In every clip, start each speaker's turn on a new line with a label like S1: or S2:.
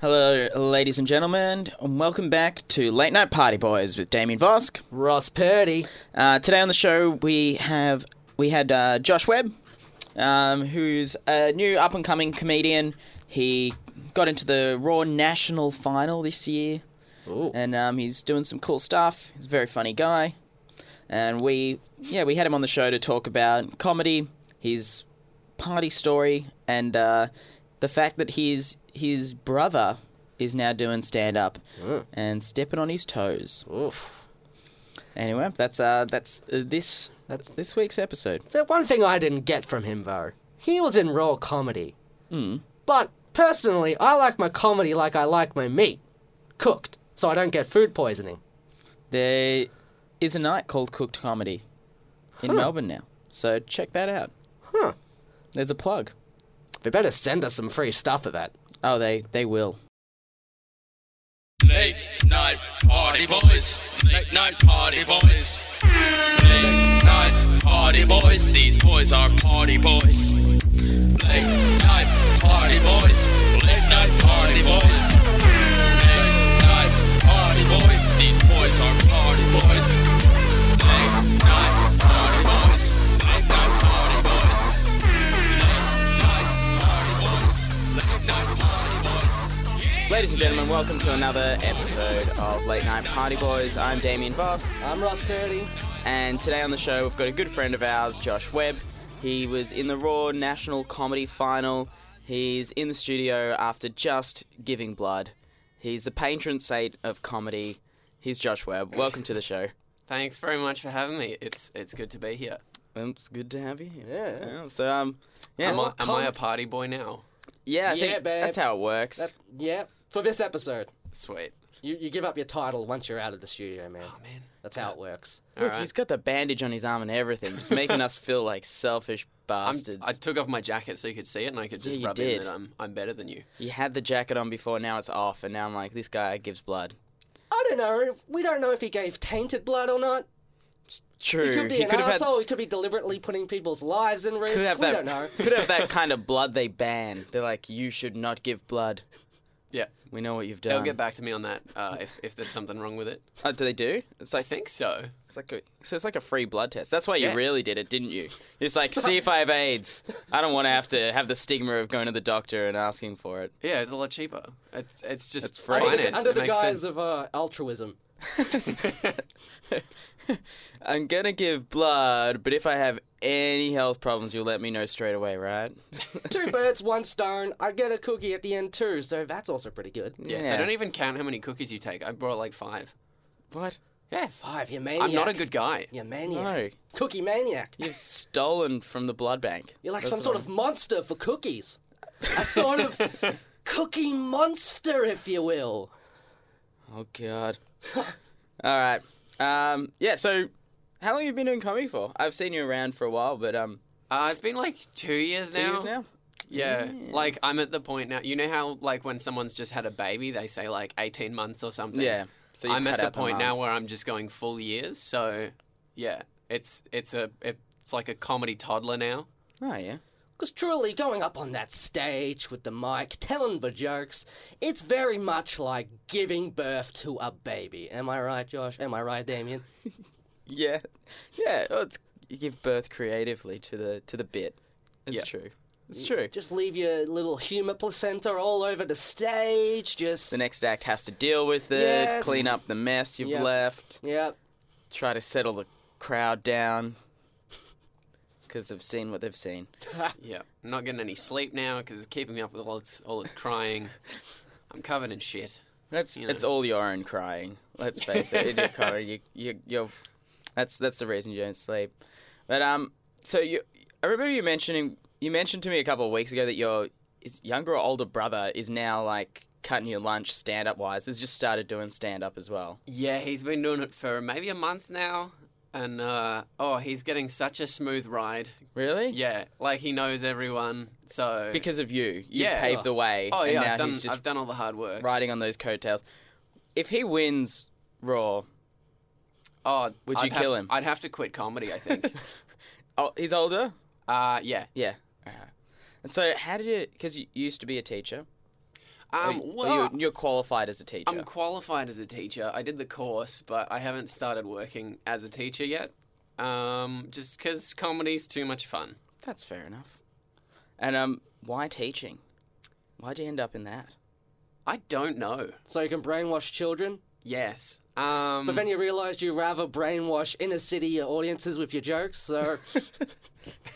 S1: Hello, ladies and gentlemen, and welcome back to Late Night Party Boys with Damien Vosk.
S2: Ross Purdy.
S1: Uh, today on the show we have we had uh, Josh Webb, um, who's a new up and coming comedian. He got into the Raw National Final this year,
S2: Ooh.
S1: and um, he's doing some cool stuff. He's a very funny guy, and we yeah we had him on the show to talk about comedy, his party story, and uh, the fact that his his brother is now doing stand up and stepping on his toes.
S2: Oof.
S1: Anyway, that's uh, that's uh, this
S2: That's-
S1: this week's episode.
S2: The one thing I didn't get from him, though, he was in raw comedy. But personally, I like my comedy like I like my meat cooked, so I don't get food poisoning.
S1: There is a night called Cooked Comedy in Melbourne now, so check that out.
S2: Huh.
S1: There's a plug.
S2: They better send us some free stuff of that.
S1: Oh, they they will.
S3: Late night party boys. Late night party boys. Late night party boys. These boys are party boys. Late night party boys. Late night party boys. Late night party boys. These boys are party boys. Late night party boys. Late night party boys. Late night party boys. Late night party boys. Yeah.
S4: Ladies and gentlemen, welcome to another episode of Late Night Party Boys. I'm Damien Voss,
S2: I'm Ross Purdy.
S4: and today on the show we've got a good friend of ours, Josh Webb. He was in the Raw National Comedy Final. He's in the studio after just giving blood. He's the patron saint of comedy. He's Josh Webb. Welcome to the show.
S5: Thanks very much for having me. It's it's good to be here.
S4: Um, It's good to have you here.
S2: Yeah.
S4: so um, yeah,
S5: Am I, am I
S2: com-
S5: a party boy now?
S4: yeah, I
S2: Yeah,
S4: think
S2: babe.
S4: that's how it works.
S2: That, yeah, for this episode.
S5: Sweet.
S2: You, you give up your title once you're out of the studio, man.
S5: Oh man.
S2: That's how it works.
S5: All
S4: Look,
S5: right.
S4: he's got the bandage on his arm and everything, just making us feel like selfish
S5: I'm-
S4: bastards.
S5: I took off my jacket so you could see it, and I could just
S4: Yeah, you
S5: rub
S4: did.
S5: in that I'm I'm better than you.
S4: You had the jacket on before, now it's off, and now I'm like, this guy gives blood.
S2: I don't know. We don't know if he gave tainted blood or not.
S4: True.
S2: He could be an
S4: could've had-
S2: asshole. He could be deliberately putting people's lives in risk.
S4: could have
S2: we don't know.
S4: that. Could have that kind of blood they ban. They're like, you should not give blood.
S5: Yeah.
S4: We know what you've done.
S5: They'll get back to me on that uh, if if there's something wrong with it.
S4: Oh, do they do? It's
S5: I
S4: like,
S5: think so.
S4: it's like a, so. It's like a free blood test. That's why you
S5: Yeah.
S4: really did it, didn't you? It's like, see if I have AIDS. I don't want to have to have the stigma of going to the doctor and asking for it.
S5: Yeah, it's a lot cheaper. It's it's just
S4: It's free.
S2: Under the-
S5: finance.
S2: Under
S5: it
S2: the
S5: makes
S2: guise
S5: sense.
S2: of uh, altruism.
S4: I'm gonna give blood, but if I have any health problems, you'll let me know straight away, right?
S2: Two birds, one stone. I get a cookie at the end too, so that's also pretty good.
S5: yeah.
S4: yeah.
S5: They don't even count how many cookies you take. I brought like five.
S4: What?
S5: Yeah.
S2: Five, you maniac.
S5: I'm not a good guy.
S2: You
S4: No.
S2: maniac. Cookie maniac.
S4: You've stolen from the blood bank.
S2: You're like some sort of monster for cookies. A sort of cookie monster, if you will.
S4: Oh god. All right. Um. Yeah. So, how long have you been doing comedy for? I've seen you around for a while, but um,
S5: Uh, it's been like two years
S4: two years now.
S5: Yeah, like I'm at the point now. You know how like when someone's just had a baby, they say like 18 months or something.
S4: Yeah. So you've
S5: I'm
S4: cut
S5: at the
S4: out
S5: point now
S4: months.
S5: where I'm just going full years. So yeah, it's it's a it's like a comedy toddler now.
S4: Oh yeah.
S2: Because truly, going up on that stage with the mic, telling the jokes, it's very much like giving birth to a baby. Am I right, Josh? Am I right, Damien?
S4: Yeah. Yeah. Oh, it's, you give birth creatively to the to the bit. It's
S5: Yeah.
S4: true. It's true.
S2: Just leave your little humor placenta all over the stage. Just.
S4: The next act has to deal with it,
S2: Yes.
S4: clean up the mess you've
S2: Yeah.
S4: left,
S2: Yep.
S4: try to settle the crowd down because they've seen what they've seen.
S5: Yeah, I'm not getting any sleep now because it's keeping me up with all its all its crying. I'm covered in shit.
S4: That's
S5: You
S4: it's
S5: know.
S4: all your own crying. Let's face it, in your car, you you you're, that's that's the reason you don't sleep. But um, so you, I remember you mentioning you mentioned to me a couple of weeks ago that your is younger or older brother is now like cutting your lunch stand up wise. Has just started doing stand up as well.
S5: Yeah, he's been doing it for maybe a month now, and uh, oh, he's getting such a smooth ride.
S4: Really?
S5: Yeah, like he knows everyone. So
S4: Because of you, you
S5: Yeah.
S4: paved the way.
S5: oh
S4: and
S5: yeah,
S4: now
S5: I've done
S4: he's just
S5: I've done all the hard work.
S4: riding on those coattails. If he wins Raw,
S5: Oh,
S4: Would
S5: I'd
S4: you
S5: have-
S4: kill him?
S5: I'd have to quit comedy, I think.
S4: oh, he's older.
S5: uh, yeah.
S4: Yeah. Uh, and so, how did you? Because you used to be a teacher.
S5: Um,
S4: Or
S5: well,
S4: you, you're qualified as a teacher.
S5: I'm qualified as a teacher. I did the course, but I haven't started working as a teacher yet. Um, just because comedy's too much fun.
S4: That's fair enough. And um, why teaching? Why'd you end up in that?
S5: I don't know.
S2: So you can brainwash children,
S5: Yes. Um,
S2: but then you realised you rather brainwash inner city audiences with your jokes.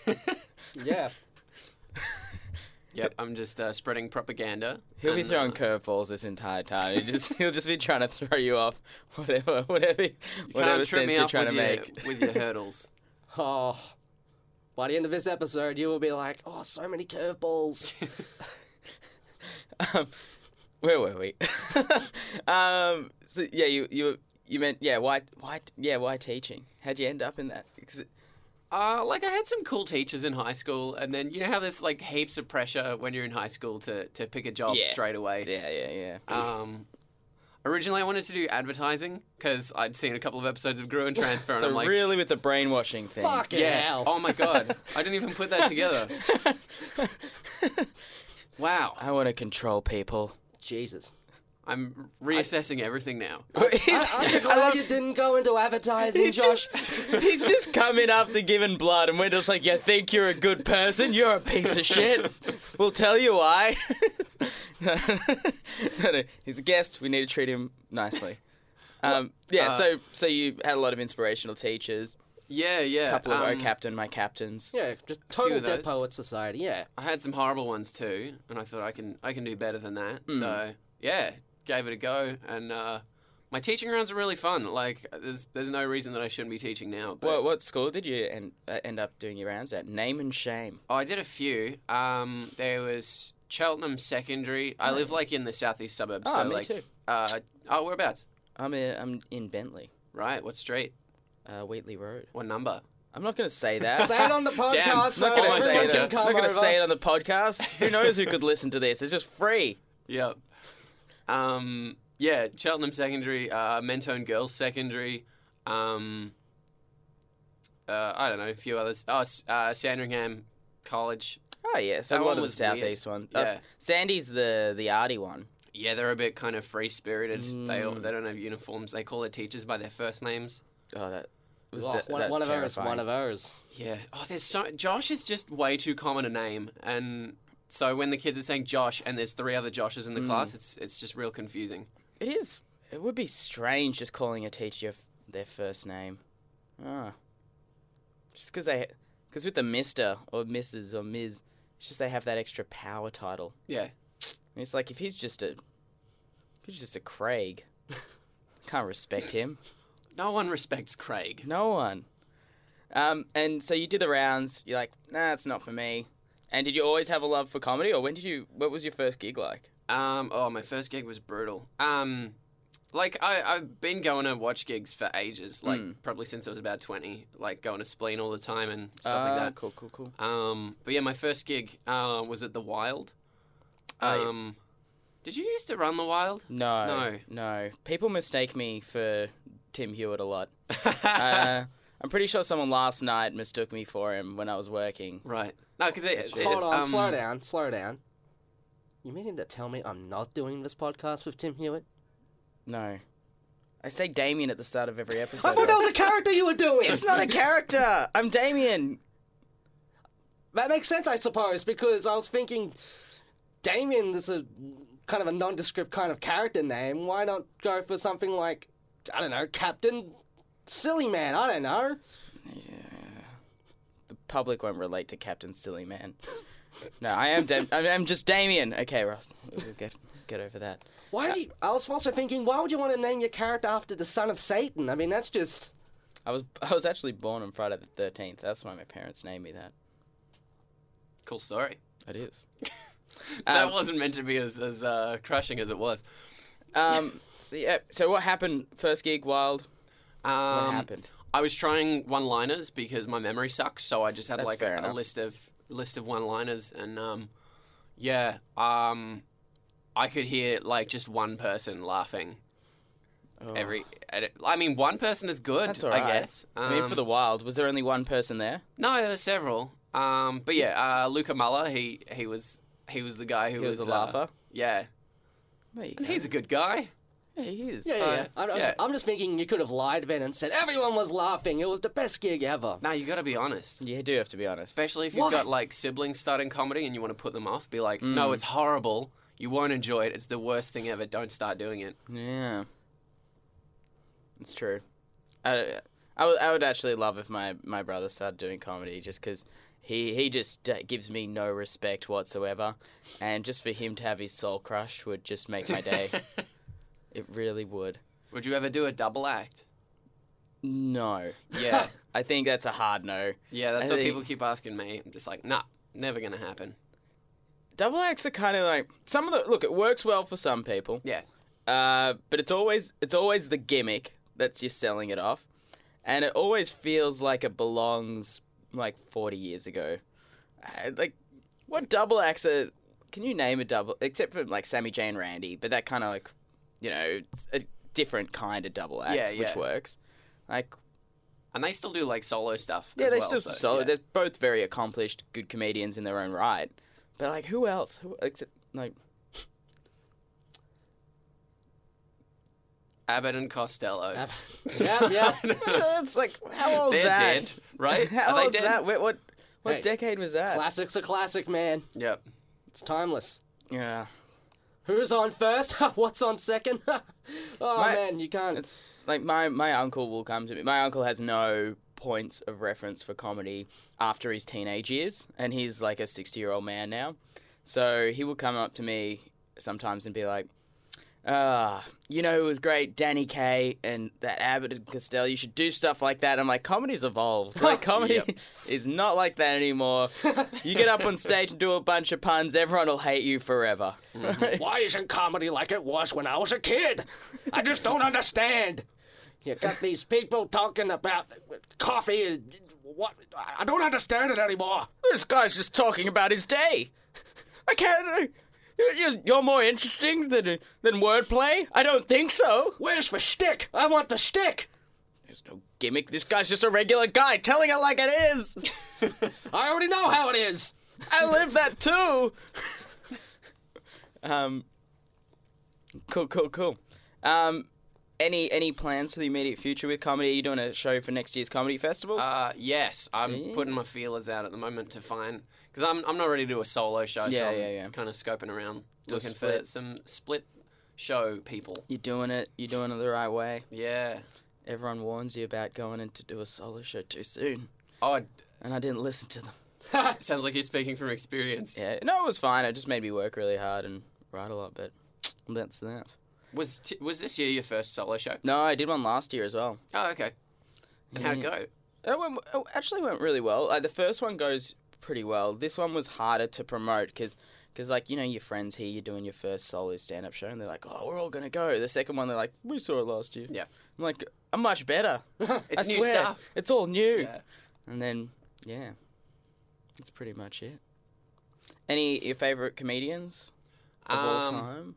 S2: So yeah,
S5: yep, I'm just uh, spreading propaganda.
S4: He'll be
S5: and,
S4: throwing
S5: uh,
S4: curveballs this entire time. He just he'll just be trying to throw you off whatever whatever whatever
S5: can't trip
S4: sense
S5: me
S4: you're
S5: up
S4: trying to
S5: with your,
S4: make.
S5: with your hurdles.
S2: oh. By the end of this episode, you will be like, "Oh, so many curveballs."
S4: Um, Where were we? um, so yeah, you you you meant yeah. Why why yeah why teaching? How'd you end up in that? 'Cause it-
S5: Uh, like I had some cool teachers in high school, and then you know how there's like heaps of pressure when you're in high school to to pick a job
S4: Yeah.
S5: straight away.
S4: yeah yeah yeah.
S5: Um, originally, I wanted to do advertising because I'd seen a couple of episodes of Grew and Transfer, and
S4: so
S5: I'm like,
S4: really with the brainwashing thing.
S2: Fucking
S5: yeah,
S2: hell!
S5: oh my god, I didn't even put that together. wow,
S4: I want to control people.
S2: Jesus.
S5: I'm reassessing everything now.
S2: I, I'm just glad you didn't go into advertising,
S4: He's
S2: Josh.
S4: Just, he's just coming after giving blood, and we're just like, you think you're a good person? You're a piece of shit. We'll tell you why. no, no, he's a guest. We need to treat him nicely. Um, yeah.
S2: uh,
S4: so, so you had a lot of inspirational teachers.
S5: Yeah, yeah.
S4: A couple of
S5: um,
S4: our captain, my captains.
S2: uh, Yeah, just
S5: few
S2: total
S5: of
S2: dead
S5: those.
S2: poet society. Yeah,
S5: I had some horrible ones too, and I thought I can I can do better than that.
S4: Hmm.
S5: So yeah, gave it a go, and uh, my teaching rounds are really fun. Like there's there's no reason that I shouldn't be teaching now. But
S4: What, what school did you end, uh, end up doing your rounds at? Name and shame.
S5: Oh, I did a few. Um, there was Cheltenham Secondary. I live like in the southeast suburbs.
S4: Oh,
S5: so,
S4: me
S5: like,
S4: too.
S5: Uh, oh, whereabouts?
S4: I'm in, I'm in Bentley,
S5: Right. What street?
S4: uh, Wheatley Road.
S5: What number?
S4: I'm not gonna say that.
S2: say it on the podcast. so
S4: I'm not Oh, gonna
S5: Always
S4: say
S2: everyone
S4: it.
S2: can
S4: I'm
S2: come
S4: not gonna
S2: over.
S4: say it on the podcast. Who knows who could listen to this? It's just free.
S5: Yep. Um, yeah, Cheltenham Secondary, uh, Mentone Girls Secondary. Um, uh, I don't know, a few others. Oh, S- uh, Sandringham College.
S4: Oh yeah, so
S5: That
S4: a
S5: one
S4: lot of the
S5: was weird.
S4: southeast one. Uh,
S5: Yeah.
S4: Sandy's the the arty one.
S5: Yeah, they're a bit kind of free spirited. They all, they don't have uniforms. They call their teachers by their first names.
S4: Oh, that was
S2: Oh,
S4: that,
S2: one,
S4: that's
S2: one of ours.
S4: terrifying.
S2: One of ours.
S5: Yeah. Oh, there's so Josh is just way too common a name, and so when the kids are saying Josh and there's three other Joshes in the class, it's it's just real confusing.
S4: It is. It would be strange just calling a teacher f- their first name. Ah, just because they, because with the Mister or Mrs or Ms, it's just they have that extra power title.
S5: Yeah.
S4: And it's like if he's just a, if he's just a Craig, can't respect him.
S5: No one respects Craig.
S4: No one. Um, and so you did the rounds. You're like, nah, it's not for me. And did you always have a love for comedy, or when did you? What was your first gig like?
S5: Um, oh, my first gig was brutal. Um, like I, I've been going to watch gigs for ages, like
S4: Hmm.
S5: probably since I was about twenty, like going to Spleen all the time and stuff
S4: Ah,
S5: like
S4: Cool, cool, cool.
S5: that. Um, but yeah, my first gig uh, was at the Wild.
S4: Oh, yeah.
S5: Um, did you used to run the Wild?
S4: No,
S5: No.
S4: no. People mistake me for Tim Hewitt a lot. uh, I'm pretty sure someone last night mistook me for him when I was working.
S5: Right. No, because it, it,
S2: Hold on,
S5: um,
S2: slow down, slow down. You meaning to tell me I'm not doing this podcast with Tim Hewitt?
S4: No, I say Damien at the start of every episode.
S2: I thought that was a character you were doing.
S4: it's not a character. I'm Damien.
S2: That makes sense, I suppose, because I was thinking, Damien is a kind of a nondescript kind of character name. Why not go for something like, I don't know, Captain Silly Man? I don't know.
S4: The public won't relate to Captain Silly Man. No, I am. Dam- I'm- I'm just Damien. Okay, Ross, we'll get get over that.
S2: Why do you, Uh, I was also thinking, why would you want to name your character after the son of Satan? I mean, that's just.
S4: I was I was actually born on Friday the thirteenth. That's why my parents named me that.
S5: Cool story.
S4: It is.
S5: that wasn't meant to be as, as uh, crushing as it was.
S4: Um. So yeah. So what happened? First gig, wild.
S5: Um,
S4: What happened?
S5: I was trying one-liners because my memory sucks, so I just had
S4: That's
S5: like
S4: fair
S5: a, a
S4: enough.
S5: list of list of one-liners, and um, yeah, um, I could hear like just one person laughing every. at it- I mean, one person is good,
S4: oh. That's all
S5: I
S4: right.
S5: guess.
S4: I mean, for
S5: Um,
S4: the wild, was there only one person there?
S5: no, there were several. Um, but yeah, uh, Luca Muller, he he was he was the guy who
S4: He was the
S5: uh,
S4: laugher?
S5: yeah,
S4: There you
S5: And
S4: go.
S5: he's a good guy.
S4: Yeah, he is.
S2: Yeah, yeah,
S5: So,
S2: yeah. I'm, I'm
S5: yeah.
S2: Just, I'm just thinking you could have lied then and said everyone was laughing. It was the best gig ever.
S5: Nah, you got to be honest.
S4: You do have to be honest.
S5: Especially if you've
S2: Why?
S5: got like siblings starting comedy and you want to put them off, be like,
S4: Mm.
S5: no, it's horrible. You won't enjoy it. It's the worst thing ever. Don't start doing it.
S4: Yeah, it's true. I, I, would- I would actually love if my, my brother started doing comedy just because he, he just uh, gives me no respect whatsoever. And just for him to have his soul crushed would just make my day. it really would.
S5: Would you ever do a double act?
S4: No. Yeah. I think that's a hard no.
S5: Yeah, that's
S4: I
S5: what
S4: think-
S5: people keep asking me. I'm just like, nah, never gonna happen.
S4: Double acts are kind of like some of the look. It works well for some people.
S5: Yeah,
S4: Uh, but it's always it's always the gimmick that's you're selling it off, and it always feels like it belongs like 40 years ago. Uh, like, what double acts are? Can you name a double except for like Sammy Jane Randy? But that kind of like, you know, it's a different kind of double act
S5: Yeah,
S4: which
S5: yeah.
S4: works. Like,
S5: and they still do like solo stuff.
S4: yeah,
S5: as
S4: they're
S5: well,
S4: still
S5: so,
S4: solid.
S5: yeah.
S4: They're both very accomplished, good comedians in their own right. But like, who else? Who except like
S5: Abbott and Costello.
S2: Ab- yeah, yeah.
S4: it's like how old's
S5: They're
S4: that?
S5: dead, right?
S4: How
S5: Are they
S4: old's
S5: dead?
S4: that? Wait, what? What
S2: Hey.
S4: decade was that?
S2: Classic's a classic, man.
S5: Yep.
S2: It's timeless.
S4: yeah.
S2: Who's on first? What's on second? oh
S4: My-
S2: man, you can't.
S4: Like my my uncle will come to me. My uncle has no points of reference for comedy after his teenage years, and he's like a sixty year old man now. So he will come up to me sometimes and be like, "Ah, you know, it was great, Danny Kaye and that Abbott and Costello. You should do stuff like that." I'm like, "Comedy's evolved. Like comedy
S5: Yep.
S4: is not like that anymore. you get up on stage and do a bunch of puns, everyone will hate you forever."
S2: Why isn't comedy like it was when I was a kid? I just don't understand. You got these people talking about coffee and what? I don't understand it anymore.
S4: This guy's just talking about his day. I can't. You're, you're more interesting than than wordplay. I don't think so.
S2: Where's the shtick? I want the shtick.
S4: There's no gimmick. This guy's just a regular guy telling it like it is.
S2: I already know how it is.
S4: I live that too. um. Cool, cool, cool. Um, any any plans for the immediate future with comedy? Are you doing a show for next year's comedy festival?
S5: Uh, yes, I'm putting my feelers out at the moment to find because I'm I'm not ready to do a solo show.
S4: Yeah,
S5: so I'm
S4: yeah, yeah.
S5: Kind of scoping around,
S4: Do a
S5: looking for
S4: split.
S5: some split show people.
S4: you're doing it. You're doing it the right way.
S5: Yeah.
S4: Everyone warns you about going in to do a solo show too soon,
S5: Oh, it
S4: and I didn't listen to them.
S5: sounds like you're speaking from experience.
S4: Yeah, no, it was fine. It just made me work really hard and write a lot, but that's that.
S5: Was t- was this year your first solo show?
S4: No, I did one last year as well.
S5: Oh, okay. And how'd it go?
S4: It, went, it actually went really well. Like, the first one goes pretty well. This one was harder to promote because, like, you know, your friends here, you're doing your first solo stand up show, and they're like, oh, we're all going to go. The second one, they're like, we saw it last year.
S5: Yeah.
S4: I'm like, I'm much better.
S5: It's
S4: I
S5: new
S4: swear,
S5: stuff.
S4: It's all new.
S5: Yeah.
S4: And then, yeah, that's pretty much it. Any of your favorite comedians of all
S5: Um,
S4: time?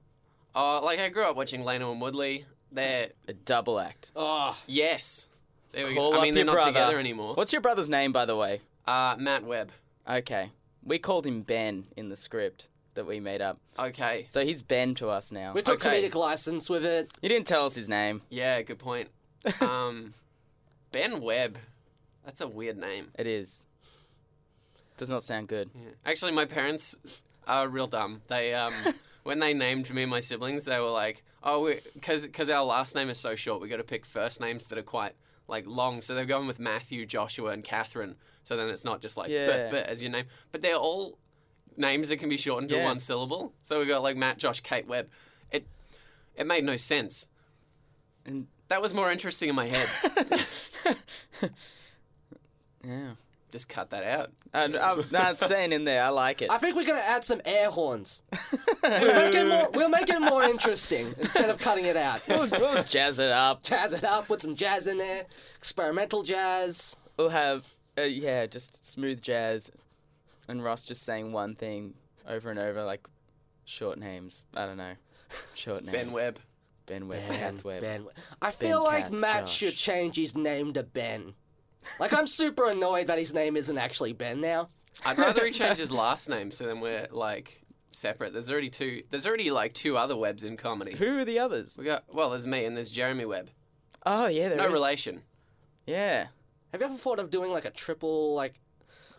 S5: Oh, like I grew up watching Leno and Woodley. They're
S4: A double act.
S2: Oh,
S5: yes. There we
S4: Call
S5: go. I
S4: up
S5: mean, they're
S4: your
S5: not
S4: brother.
S5: together anymore.
S4: What's your brother's name, by the way?
S5: Uh, Matt Webb.
S4: Okay. We called him Ben in the script that we made up.
S5: Okay.
S4: So he's Ben to us now.
S2: we took
S5: Okay.
S2: comedic license with it.
S4: You didn't tell us his name.
S5: Yeah, good point. Um, ben Webb. That's a weird name.
S4: It is. Does not sound good.
S5: Yeah. Actually, my parents are real dumb. They um, when they named me and my siblings, they were like, "Oh, because because our last name is so short, we got to pick first names that are quite like long." So they're going with Matthew, Joshua, and Catherine. So then it's not just like
S4: Yeah.
S5: but but as your name, but they're all names that can be shortened to
S4: Yeah.
S5: one syllable. So we got like Matt, Josh, Kate, Webb. It it made no sense.
S4: And
S5: That was more interesting in my head.
S4: yeah.
S5: just cut that out.
S4: And uh, I'm not saying in there. I like it.
S2: I think we're gonna add some air horns. we'll, make it more, we'll make it more interesting instead of cutting it out.
S4: We'll, we'll jazz it up.
S2: Jazz it up, put some jazz in there, experimental jazz.
S4: We'll have, uh, yeah, just smooth jazz. And Ross just saying one thing over and over, like short names. I don't know. Short names.
S5: Ben Webb.
S4: Ben Webb. Kath Webb.
S2: Ben. I feel like
S4: Kath,
S2: Matt
S4: Josh.
S2: should change his name to Ben. Like I'm super annoyed that his name isn't actually Ben now.
S5: I'd rather he change his last name so then we're like separate. There's already two. There's already like two other webs in comedy.
S4: Who are the others?
S5: We got well. There's me and there's Jeremy Webb.
S4: Oh yeah, there
S5: No
S4: is.
S5: relation.
S4: Yeah.
S2: Have you ever thought of doing like a triple, like,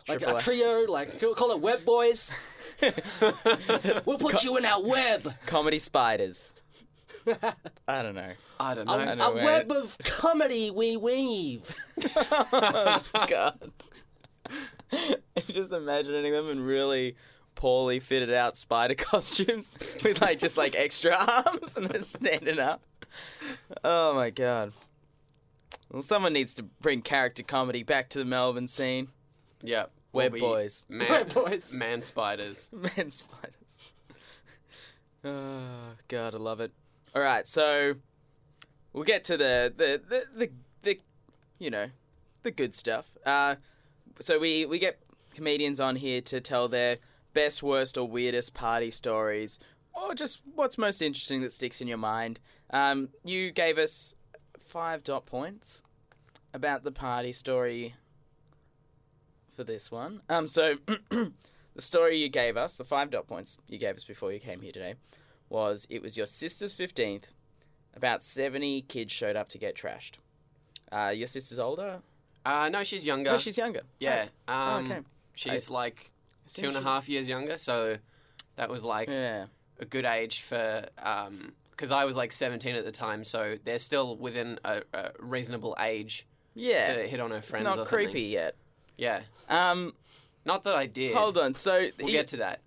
S2: like
S4: Triple
S2: a
S4: A.
S2: trio, like we'll call it Web Boys? we'll put you in our web,
S4: Comedy spiders. I don't know.
S5: I don't know.
S2: a,
S5: I
S2: a
S4: know where-
S2: web of comedy we weave.
S4: Oh, God. just imagining them in really poorly fitted out spider costumes with like just like extra arms and they're standing up. Oh my god. Well, someone needs to bring character comedy back to the Melbourne scene.
S5: yeah.
S4: Web
S5: we-
S4: boys.
S5: Man,
S2: Web boys.
S5: Man spiders.
S4: Man spiders. Oh god, I love it. All right, so we'll get to the the the the, the you know the good stuff. Uh, so we we get comedians on here to tell their best, worst, or weirdest party stories, or just what's most interesting that sticks in your mind. Um, you gave us five dot points about the party story for this one. Um, so the story you gave us, the five dot points you gave us before you came here today, was it was your sister's 15th. About 70 kids showed up to get trashed. Uh, your sister's older?
S5: Uh, no, she's younger.
S4: No, she's younger.
S5: yeah.
S4: Oh,
S5: Um,
S4: okay.
S5: She's like two and a
S4: she-
S5: half years younger. So that was like
S4: Yeah.
S5: a good age for um because I was like 17 at the time, so they're still within a, a reasonable age
S4: Yeah.
S5: to hit on her
S4: It's
S5: friends. or
S4: not
S5: something.
S4: creepy yet.
S5: Yeah,
S4: Um,
S5: not that I did.
S4: hold on. So
S5: We'll
S4: you-
S5: get to that.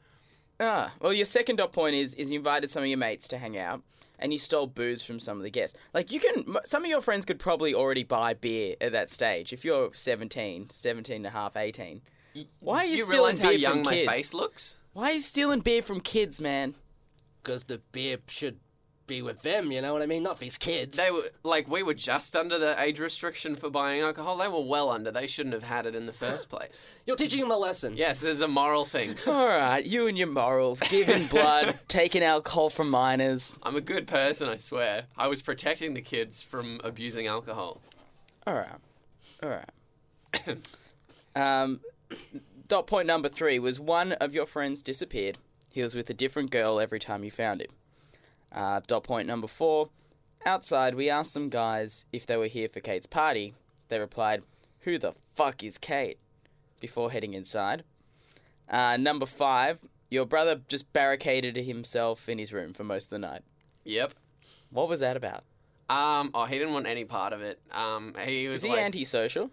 S4: Ah, well, your second dot point is is you invited some of your mates to hang out, and you stole booze from some of the guests. Like you can, m- some of your friends could probably already buy beer at that stage if you're 17, 17 and a half, 18. Why are you,
S5: You
S4: stealing
S5: realize how
S4: beer
S5: young
S4: from
S5: my
S4: kids?
S5: face looks?
S4: Why are you stealing beer from kids, man?
S2: Because the beer should be with them, you know what I mean? Not these kids.
S5: They were like we were just under the age restriction for buying alcohol. They were well under. They shouldn't have had it in the first place.
S2: You're teaching them a lesson.
S5: Yes, there's a moral thing.
S4: All right, you and your morals, giving blood, taking alcohol from minors.
S5: I'm a good person, I swear. I was protecting the kids from abusing alcohol.
S4: All right, all right. um, dot point number three was one of your friends disappeared. He was with a different girl every time you found him. Uh, dot point number four. Outside, we asked some guys if they were here for Kate's party. They replied, "Who the fuck is Kate?" Before heading inside. Uh, number five. Your brother just barricaded himself in his room for most of the night.
S5: Yep.
S4: What was that about?
S5: Um. Oh, he didn't want any part of it. Um. He was
S4: Is he
S5: like,
S4: antisocial?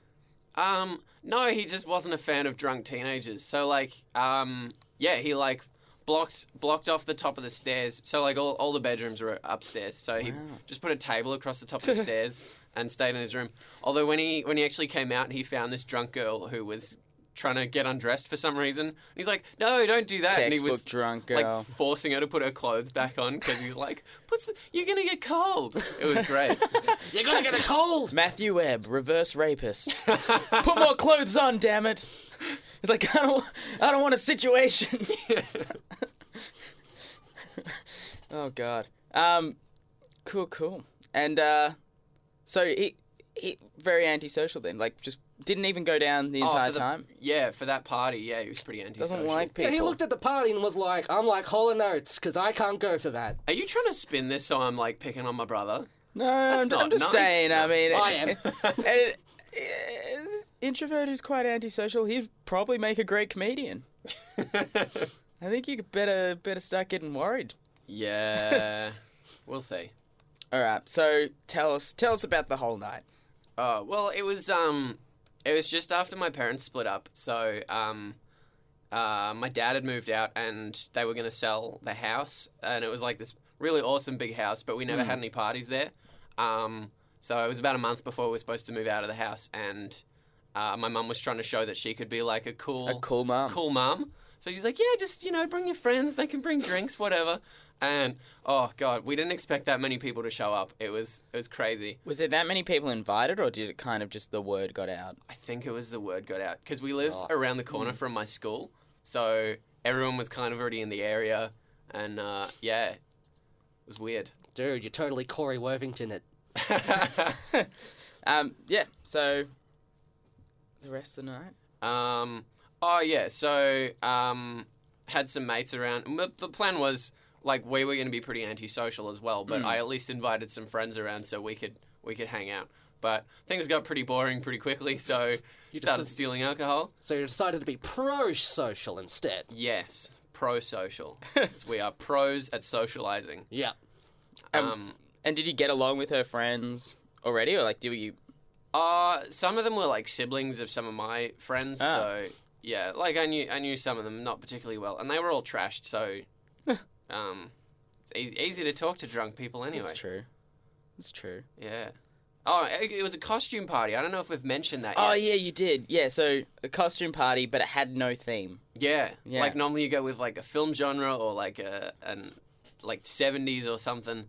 S5: Um, no, he just wasn't a fan of drunk teenagers. So like, um, yeah, he like blocked blocked off the top of the stairs. So like all, all the bedrooms were upstairs. So he just put a table across the top of the stairs and stayed in his room. Although when he when he actually came out, he found this drunk girl who was trying to get undressed for some reason. And he's like, "No, don't do that." and he was
S4: Textbook drunk girl.
S5: like forcing her to put her clothes back on because he's like, put s "You're gonna get cold." It was great.
S2: You're gonna get a cold!
S4: Matthew Webb, reverse rapist. Put more clothes on, damn it. It's like I don't, I don't want a situation. oh God. Um, cool, cool. And uh, so he, he very antisocial then. Like just didn't even go down the
S5: Oh, for
S4: entire
S5: the-
S4: time.
S5: Yeah, for that party. Yeah, he was pretty antisocial.
S4: Doesn't like people.
S2: He looked at the party and was like, I'm like, holler notes, because I can't go for that.
S5: Are you trying to spin this so I'm like picking on my brother?
S4: no, I'm,
S5: not
S4: I'm just
S5: nice.
S4: saying. I
S5: No,
S4: mean,
S2: I am.
S4: an- an introvert who's quite antisocial, he'd probably make a great comedian. I think you could better better start getting worried.
S5: yeah. we'll see.
S4: All right, so tell us tell us about the whole night.
S5: Oh, well, it was um it was just after my parents split up. So, um uh my dad had moved out and they were going to sell the house and it was like this really awesome big house, but we
S4: Hmm.
S5: never had any parties there. Um so it was about a month before we were supposed to move out of the house and uh, my mum was trying to show that she could be like a cool
S4: A cool mom.
S5: cool mum. So she's like, yeah, just, you know, bring your friends. They can bring drinks, whatever. And oh god, we didn't expect that many people to show up. It was it was crazy.
S4: Was there that many people invited, or did it kind of just the word got out?
S5: I think it was the word got out because we lived around the corner from my school, so everyone was kind of already in the area, and uh, yeah, it was weird.
S2: Dude, you're totally Corey Worthington it.
S4: Um, yeah. So the rest of the night.
S5: Um, oh yeah, so um, had some mates around. M- The plan was like we were going to be pretty antisocial as well, but I at least invited some friends around so we could we could hang out. But things got pretty boring pretty quickly, so you started stealing alcohol.
S2: So you decided to be pro-social instead.
S5: Yes, pro social. we are pros at socializing.
S2: Yeah.
S4: Um,
S5: Um,
S4: And did you get along with her friends already, or like, do you?
S5: Uh, some of them were like siblings of some of my friends,
S4: Ah.
S5: so yeah, like I knew I knew some of them not particularly well, and they were all trashed. So, um, it's easy, easy to talk to drunk people anyway.
S4: It's true. It's true.
S5: Yeah. Oh, it, it was a costume party. I don't know if we've mentioned that.
S4: Oh
S5: yet.
S4: yeah, you did. Yeah, so a costume party, but it had no theme.
S5: yeah.
S4: Yeah.
S5: Like normally you go with like a film genre or like a an like seventies or something.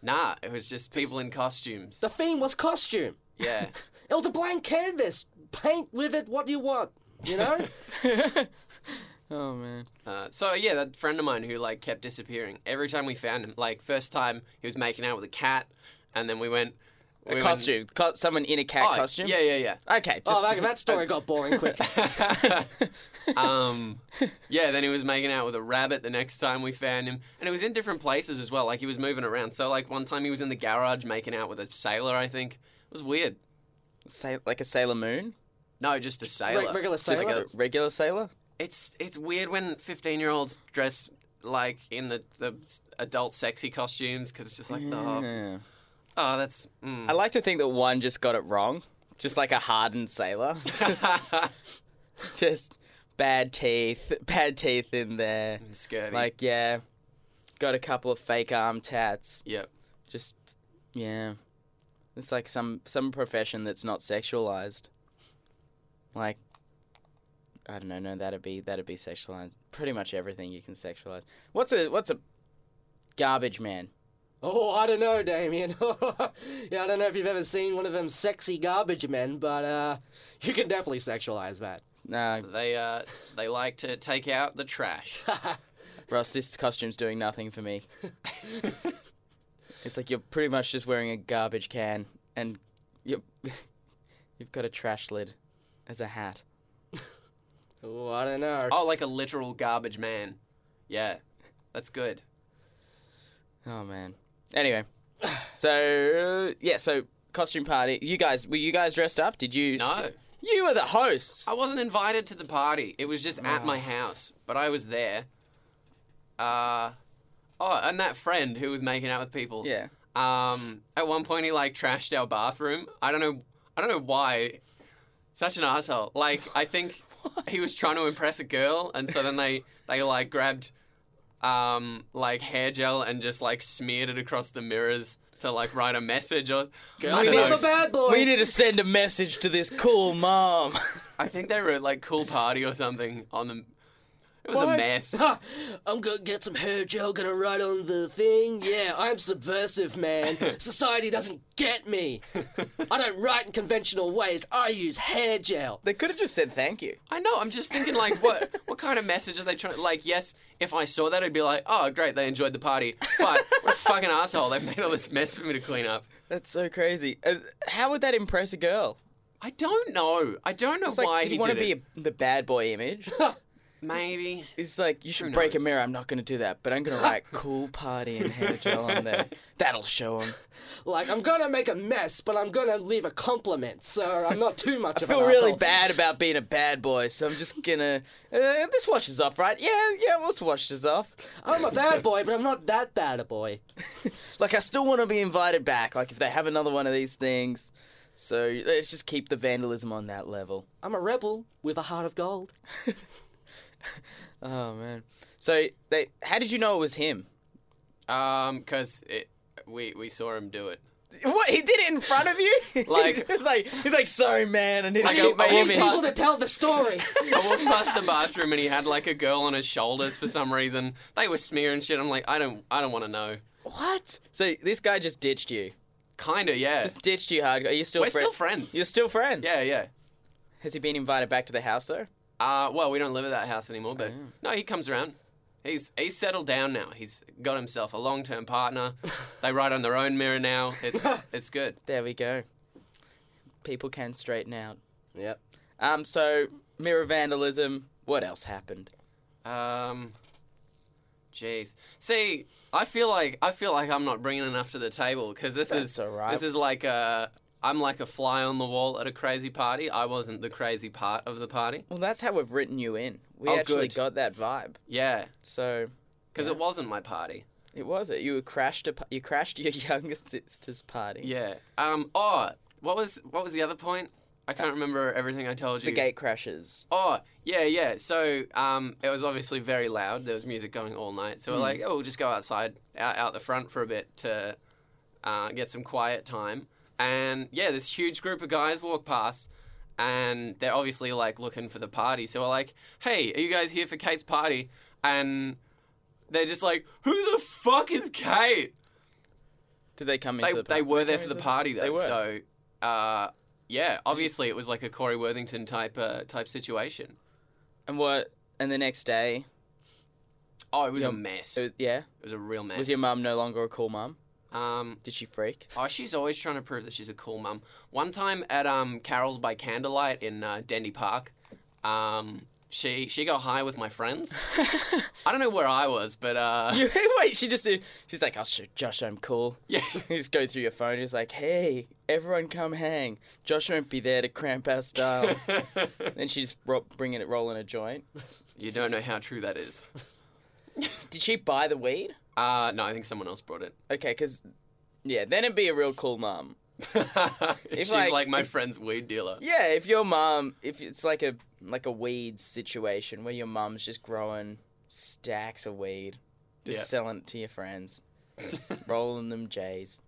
S5: Nah, it was just people in costumes.
S2: The theme was costume.
S5: Yeah.
S2: It was a blank canvas. Paint with it what you want. You know?
S4: Oh man.
S5: Uh, so yeah, that friend of mine who like kept disappearing. Every time we found him, like first time he was making out with a cat, and then we went. we
S4: A
S5: went-
S4: costume. Co- someone in a cat
S5: Oh,
S4: costume.
S5: Yeah, yeah, yeah.
S4: Okay. Just,
S2: oh, that, that story got boring quick.
S5: um, yeah, then he was making out with a rabbit the next time we found him. And it was in different places as well. Like, he was moving around. So, like, one time he was in the garage making out with a sailor, I think. It was weird.
S4: Sa- like a Sailor Moon.
S5: No, just a sailor.
S2: Like regular
S5: Just like
S2: sailor?
S5: a-
S4: Regular sailor.
S5: it's, it's weird when 15 year olds dress, like, in the, the adult sexy costumes because it's just like, oh,
S4: Yeah.
S5: oh that's. Mm.
S4: I like to think that one just got it wrong. Just like a hardened sailor. just bad teeth. Bad teeth in there.
S5: Scurvy.
S4: Like yeah, got a couple of fake arm tats.
S5: yep.
S4: Just yeah. It's like some some profession that's not sexualized. Like I don't know, no, that'd be that'd be sexualized. Pretty much everything you can sexualize. What's a what's a garbage man?
S2: Oh, I don't know, Damien. yeah, I don't know if you've ever seen one of them sexy garbage men, but uh, you can definitely sexualize that.
S4: Nah,
S5: They, uh, they like to take out the trash.
S4: Ross, this costume's doing nothing for me. it's like you're pretty much just wearing a garbage can and you you've got a trash lid as a hat.
S2: Oh, I don't know.
S5: Oh, like a literal garbage man. Yeah, that's good.
S4: Oh man. Anyway, so uh, yeah, so costume party. You guys, were you guys dressed up? Did you?
S5: No. Oh.
S4: you were the hosts.
S5: I wasn't invited to the party. It was just at
S4: Ah.
S5: my house, but I was there. Uh, oh, and that friend who was making out with people.
S4: Yeah.
S5: Um, at one point he like trashed our bathroom. I don't know. I don't know why. Such an asshole. Like I think he was trying to impress a girl, and so then they they like grabbed um like hair gel and just like smeared it across the mirrors to like write a message or. I
S2: Girls
S5: don't
S2: love
S5: know.
S2: a bad boy.
S4: We need to send a message to this cool mom.
S5: I think they wrote like "cool party" or something on them. It was a
S4: What?
S5: mess.
S2: Ha! I'm gonna get some hair gel, gonna write on the thing. Yeah, I'm subversive, man. Society doesn't get me. I don't write in conventional ways. I use hair gel.
S4: they could have just said thank you.
S5: I know. I'm just thinking like, what what kind of message are they trying? Like, yes, if I saw that, I'd be like, oh, great, they enjoyed the party. But what a fucking asshole! They made all this mess for me to clean up.
S4: That's so crazy. Uh, how would that impress a girl?
S5: I don't know. I don't know
S4: It's like,
S5: why
S4: did
S5: he
S4: you want
S5: did
S4: to be
S5: it.
S4: a, the bad boy image?
S5: Maybe.
S4: It's like you should
S5: Who
S4: break a
S5: knows?
S4: mirror. I'm not going to do that, but I'm going to write cool party and hair gel on there. That'll show them.
S2: Like I'm gonna make a mess, but I'm gonna leave a compliment, so I'm not too much of
S4: feel
S2: an
S4: really
S2: asshole.
S4: bad about being a bad boy, so I'm just gonna. Uh, this washes off, right? Yeah, yeah, we'll wash this off.
S2: I'm a bad boy, but I'm not that bad a boy.
S4: Like, I still want to be invited back. Like, if they have another one of these things, so let's just keep the vandalism on that level.
S2: I'm a rebel with a heart of gold.
S4: Oh man. So they, how did you know it was him?
S5: Um, cause it, we we saw him do it.
S4: What he did it in front of you?
S5: Like-
S4: it's like he's like, sorry man, I need
S5: Like,
S4: to
S5: I-
S4: keep my
S5: I walked
S4: image.
S2: People that tell the story.
S5: I walked past the bathroom and he had like a girl on his shoulders for some reason. They were smearing shit. I'm like, I don't I don't want to know.
S4: What? So this guy just ditched you.
S5: Kinda, yeah.
S4: Just ditched you hard. Are you still?
S5: We're
S4: fri-
S5: still friends.
S4: You're still friends.
S5: yeah, yeah.
S4: Has he been invited back to the house though?
S5: Uh, well, we don't live at that house anymore, but
S4: Oh.
S5: no, he comes around. He's he's settled down now. He's got himself a long term partner. they ride on their own mirror now. It's it's good.
S4: There we go. People can straighten out.
S2: yep.
S4: Um, so mirror vandalism. What else happened?
S5: Um, jeez. See, I feel like I feel like I'm not bringing enough to the table because this is
S4: That's all right.
S5: this is like a I'm like a fly on the wall at a crazy party. I wasn't the crazy part of the party.
S4: Well, that's how we've written you in. We
S5: Oh,
S4: actually
S5: good.
S4: got that vibe.
S5: Yeah,
S4: So
S5: because
S4: Yeah.
S5: it wasn't my party.
S4: it was it. You crashed. A, pa- you crashed your younger sister's party.
S5: Yeah. Um. Oh, what was what was the other point? I can't remember everything I told you.
S4: The gate crashes.
S5: Oh, yeah, yeah. So um, it was obviously very loud. There was music going all night. So we're
S4: Hmm.
S5: like, oh, we'll just go outside, out, out the front for a bit to uh, get some quiet time. And yeah, this huge group of guys walk past and they're obviously like looking for the party. So we're like, hey, are you guys here for Kate's party? And they're just like, who the fuck is Kate?
S4: Did they come
S5: they,
S4: into the
S5: they
S4: party?
S5: were there
S4: Came
S5: for
S4: into
S5: the party though.
S4: They were.
S5: So, uh, yeah, obviously it was like a Corey Worthington type uh, type situation.
S4: And what? And the next day,
S5: Oh, it was
S4: Yeah,
S5: a mess.
S4: it
S5: It
S4: was- yeah,
S5: was a real mess.
S4: was your mum no longer a cool mum?
S5: Um,
S4: Did she freak?
S5: oh, she's always trying to prove that she's a cool mum. One time at um Carol's by candlelight in uh, Dendy Park, um, she she got high with my friends. I don't know where I was, but uh,
S4: You, wait, she just she's like, "I'll show Josh I'm cool."
S5: yeah,
S4: You just go through your phone. He's like, "Hey, everyone, come hang. Josh won't be there to cramp our style." then she's ro- bringing it, rolling a joint.
S5: you don't know how true that is.
S4: Did she buy the weed?
S5: Uh, no, I think someone else brought it.
S4: Okay, because yeah, then it'd be a real cool mum.
S5: she's
S4: like-
S5: like, my friend's weed dealer.
S4: Yeah, if your mum, if it's like a like a weed situation where your mum's just growing stacks of weed, just
S5: Yeah.
S4: selling it to your friends, rolling them J's.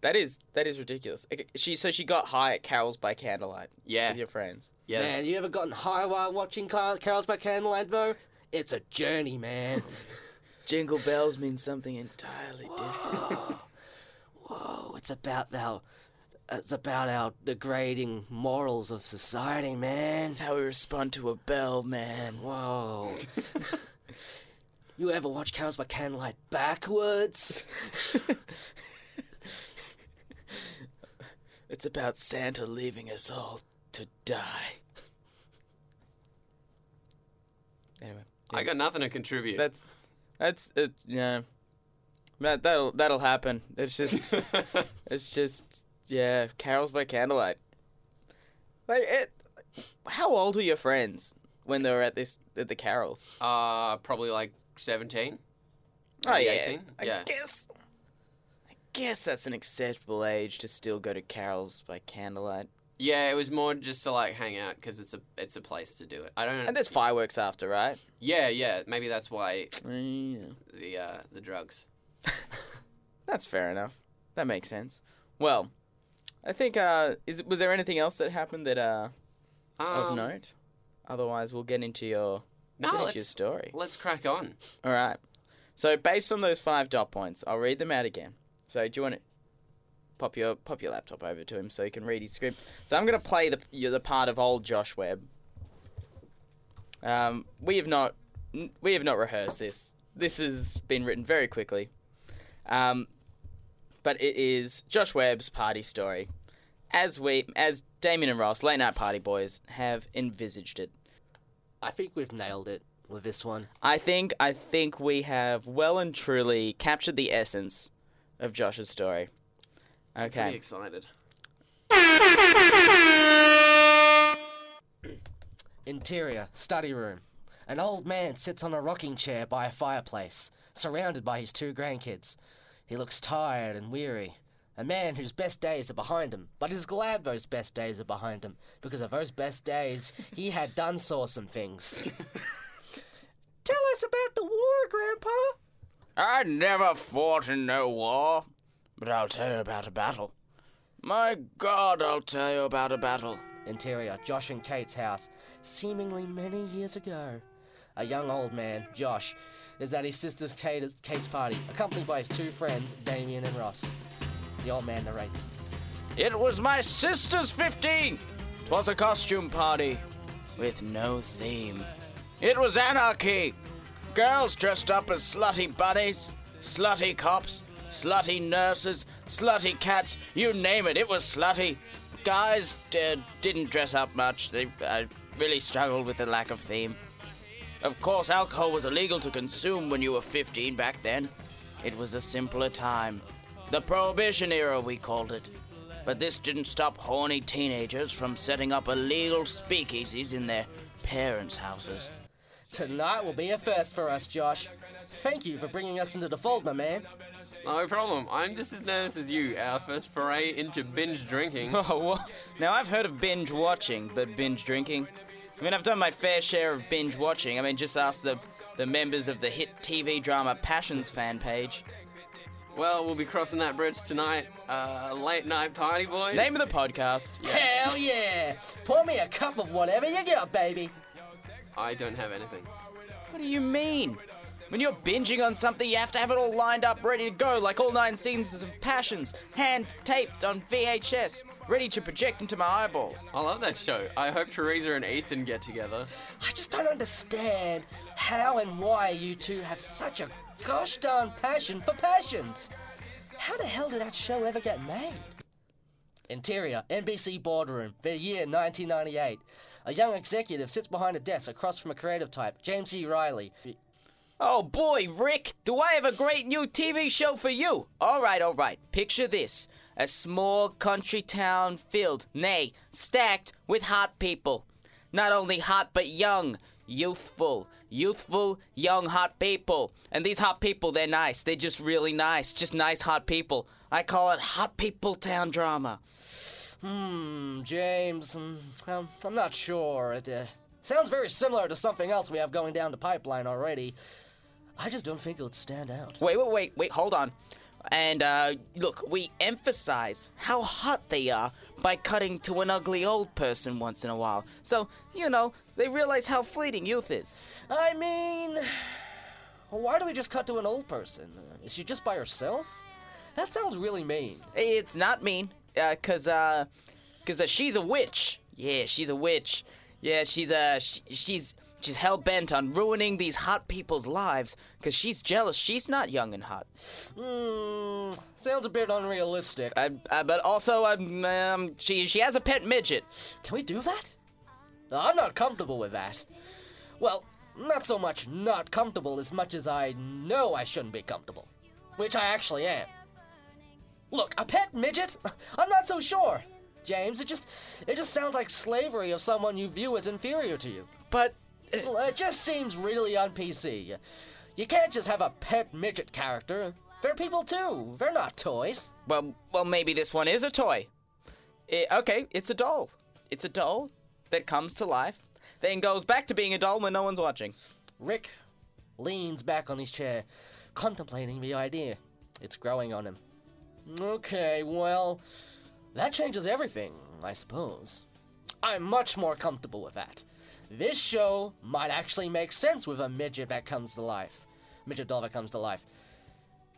S4: That is that is ridiculous. Okay, She so she got high at Carol's by candlelight
S5: Yeah,
S4: with your friends.
S5: yes.
S2: Man, you ever gotten high while watching Car- Carols by Candlelight, bro? It's a journey, man.
S4: Jingle bells mean something entirely different.
S2: Whoa, it's about our, it's about our degrading morals of society, man.
S4: It's how we respond to a bell, man.
S2: Whoa. you ever watch Carols by Candlelight backwards?
S4: It's about Santa leaving us all to die. Anyway,
S5: I got nothing to contribute.
S4: that's that's it. Yeah, that that'll that'll happen. It's just it's just yeah, carols by candlelight. Like it. How old were your friends when they were at this at the carols?
S5: uh, probably like seventeen.
S4: Oh
S5: Maybe
S4: yeah,
S5: 18?
S4: I
S5: Yeah.
S4: guess. I guess that's an acceptable age to still go to carols by candlelight.
S5: Yeah, it was more just to like hang out because it's a it's a place to do it. I don't.
S4: And there's fireworks after, right?
S5: yeah, yeah. Maybe that's why
S4: Mm, Yeah.
S5: the uh, the drugs.
S4: That's fair enough. That makes sense. Well, I think uh, is was there anything else that happened that uh
S5: Um, Oh,
S4: of note? Otherwise, we'll get into your get
S5: No,
S4: into
S5: let's
S4: your story.
S5: let's crack on.
S4: All right. So based on those five dot points, I'll read them out again. So do you want to pop your pop your laptop over to him so he can read his script? So I'm gonna play the you the part of old Josh Webb. Um, we have not n- we have not rehearsed this. This has been written very quickly. Um, but it is Josh Webb's party story, as we as Damien and Ross, late night party boys, have envisaged it.
S2: I think we've nailed it with this one.
S4: I think I think we have well and truly captured the essence of Josh's story.
S5: Pretty
S4: Okay.
S5: excited.
S2: Interior, study room. An old man sits on a rocking chair by a fireplace, surrounded by his two grandkids. He looks tired and weary. A man whose best days are behind him, but is glad those best days are behind him, because of those best days, he had done saw some things. Tell us about the war, Grandpa.
S4: I never fought in no war, but I'll tell you about a battle. My God, I'll tell you about a battle.
S2: Interior, Josh and Kate's house, seemingly many years ago. A young old man, Josh, is at his sister Kate, Kate's party, accompanied by his two friends, Damien and Ross. The old man narrates.
S4: It was my sister's 15. 'Twas a costume party with no theme. It was anarchy. Girls dressed up as slutty bunnies, slutty cops, slutty nurses, slutty cats, you name it, it was slutty. guys uh, didn't dress up much. They uh, really struggled with the lack of theme. Of course, alcohol was illegal to consume when you were 15 back then. It was a simpler time. The Prohibition era, we called it. But this didn't stop horny teenagers from setting up illegal speakeasies in their parents' houses.
S2: Tonight will be a first for us, Josh. Thank you for bringing us into the fold, my man.
S5: No problem. I'm just as nervous as you. Our first foray into binge drinking.
S4: Oh, what? Now, I've heard of binge watching, but binge drinking? I mean, I've done my fair share of binge watching. I mean, just ask the, the members of the hit TV drama Passions fan page.
S5: well, we'll be crossing that bridge tonight. Uh, late night party, boys.
S4: Name of the podcast.
S2: Hell yeah! Pour me a cup of whatever you got, baby.
S5: I don't have anything.
S4: What do you mean? When you're binging on something, you have to have it all lined up, ready to go, like all nine seasons of Passions, hand taped on VHS, ready to project into my eyeballs.
S5: I love that show. I hope Teresa and Ethan get together.
S2: I just don't understand how and why you two have such a gosh darn passion for passions. How the hell did that show ever get made? Interior, NBC Boardroom, the year 1998. A young executive sits behind a desk across from a creative type, James E. C. Riley.
S4: Oh boy, Rick, do I have a great new TV show for you! Alright, alright, picture this a small country town filled, nay, stacked with hot people. Not only hot, but young, youthful, youthful, young, hot people. And these hot people, they're nice, they're just really nice, just nice, hot people. I call it Hot People Town Drama.
S2: Hmm, James, hmm, um, I'm not sure. It uh, sounds very similar to something else we have going down the pipeline already. I just don't think it would stand out.
S4: Wait, wait, wait, wait, hold on. And uh, look, we emphasize how hot they are by cutting to an ugly old person once in a while. So, you know, they realize how fleeting youth is.
S2: I mean, why do we just cut to an old person? Is she just by herself? That sounds really mean.
S4: It's not mean, uh, cause, uh, 'cause, uh, she's a witch. Yeah, she's a witch. Yeah, she's, uh, sh- she's, she's hell bent on ruining these hot people's lives, cause she's jealous. She's not young and hot.
S2: Hmm, sounds a bit unrealistic.
S4: Uh, uh, but also, um, um, she, she has a pet midget.
S2: Can we do that? I'm not comfortable with that. Well, not so much not comfortable as much as I know I shouldn't be comfortable, which I actually am. Look, a pet midget? I'm not so sure. James, it just it just sounds like slavery of someone you view as inferior to you.
S4: But
S2: Well, it just seems really un PC. You can't just have a pet midget character. They're people too. They're not toys.
S4: Well, well, maybe this one is a toy. I- okay, it's a doll. It's a doll that comes to life, then goes back to being a doll when no one's watching.
S2: Rick leans back on his chair, contemplating the idea. It's growing on him. Okay, well, that changes everything, I suppose. I'm much more comfortable with that. This show might actually make sense with a midget that comes to life. Midget doll that comes to life.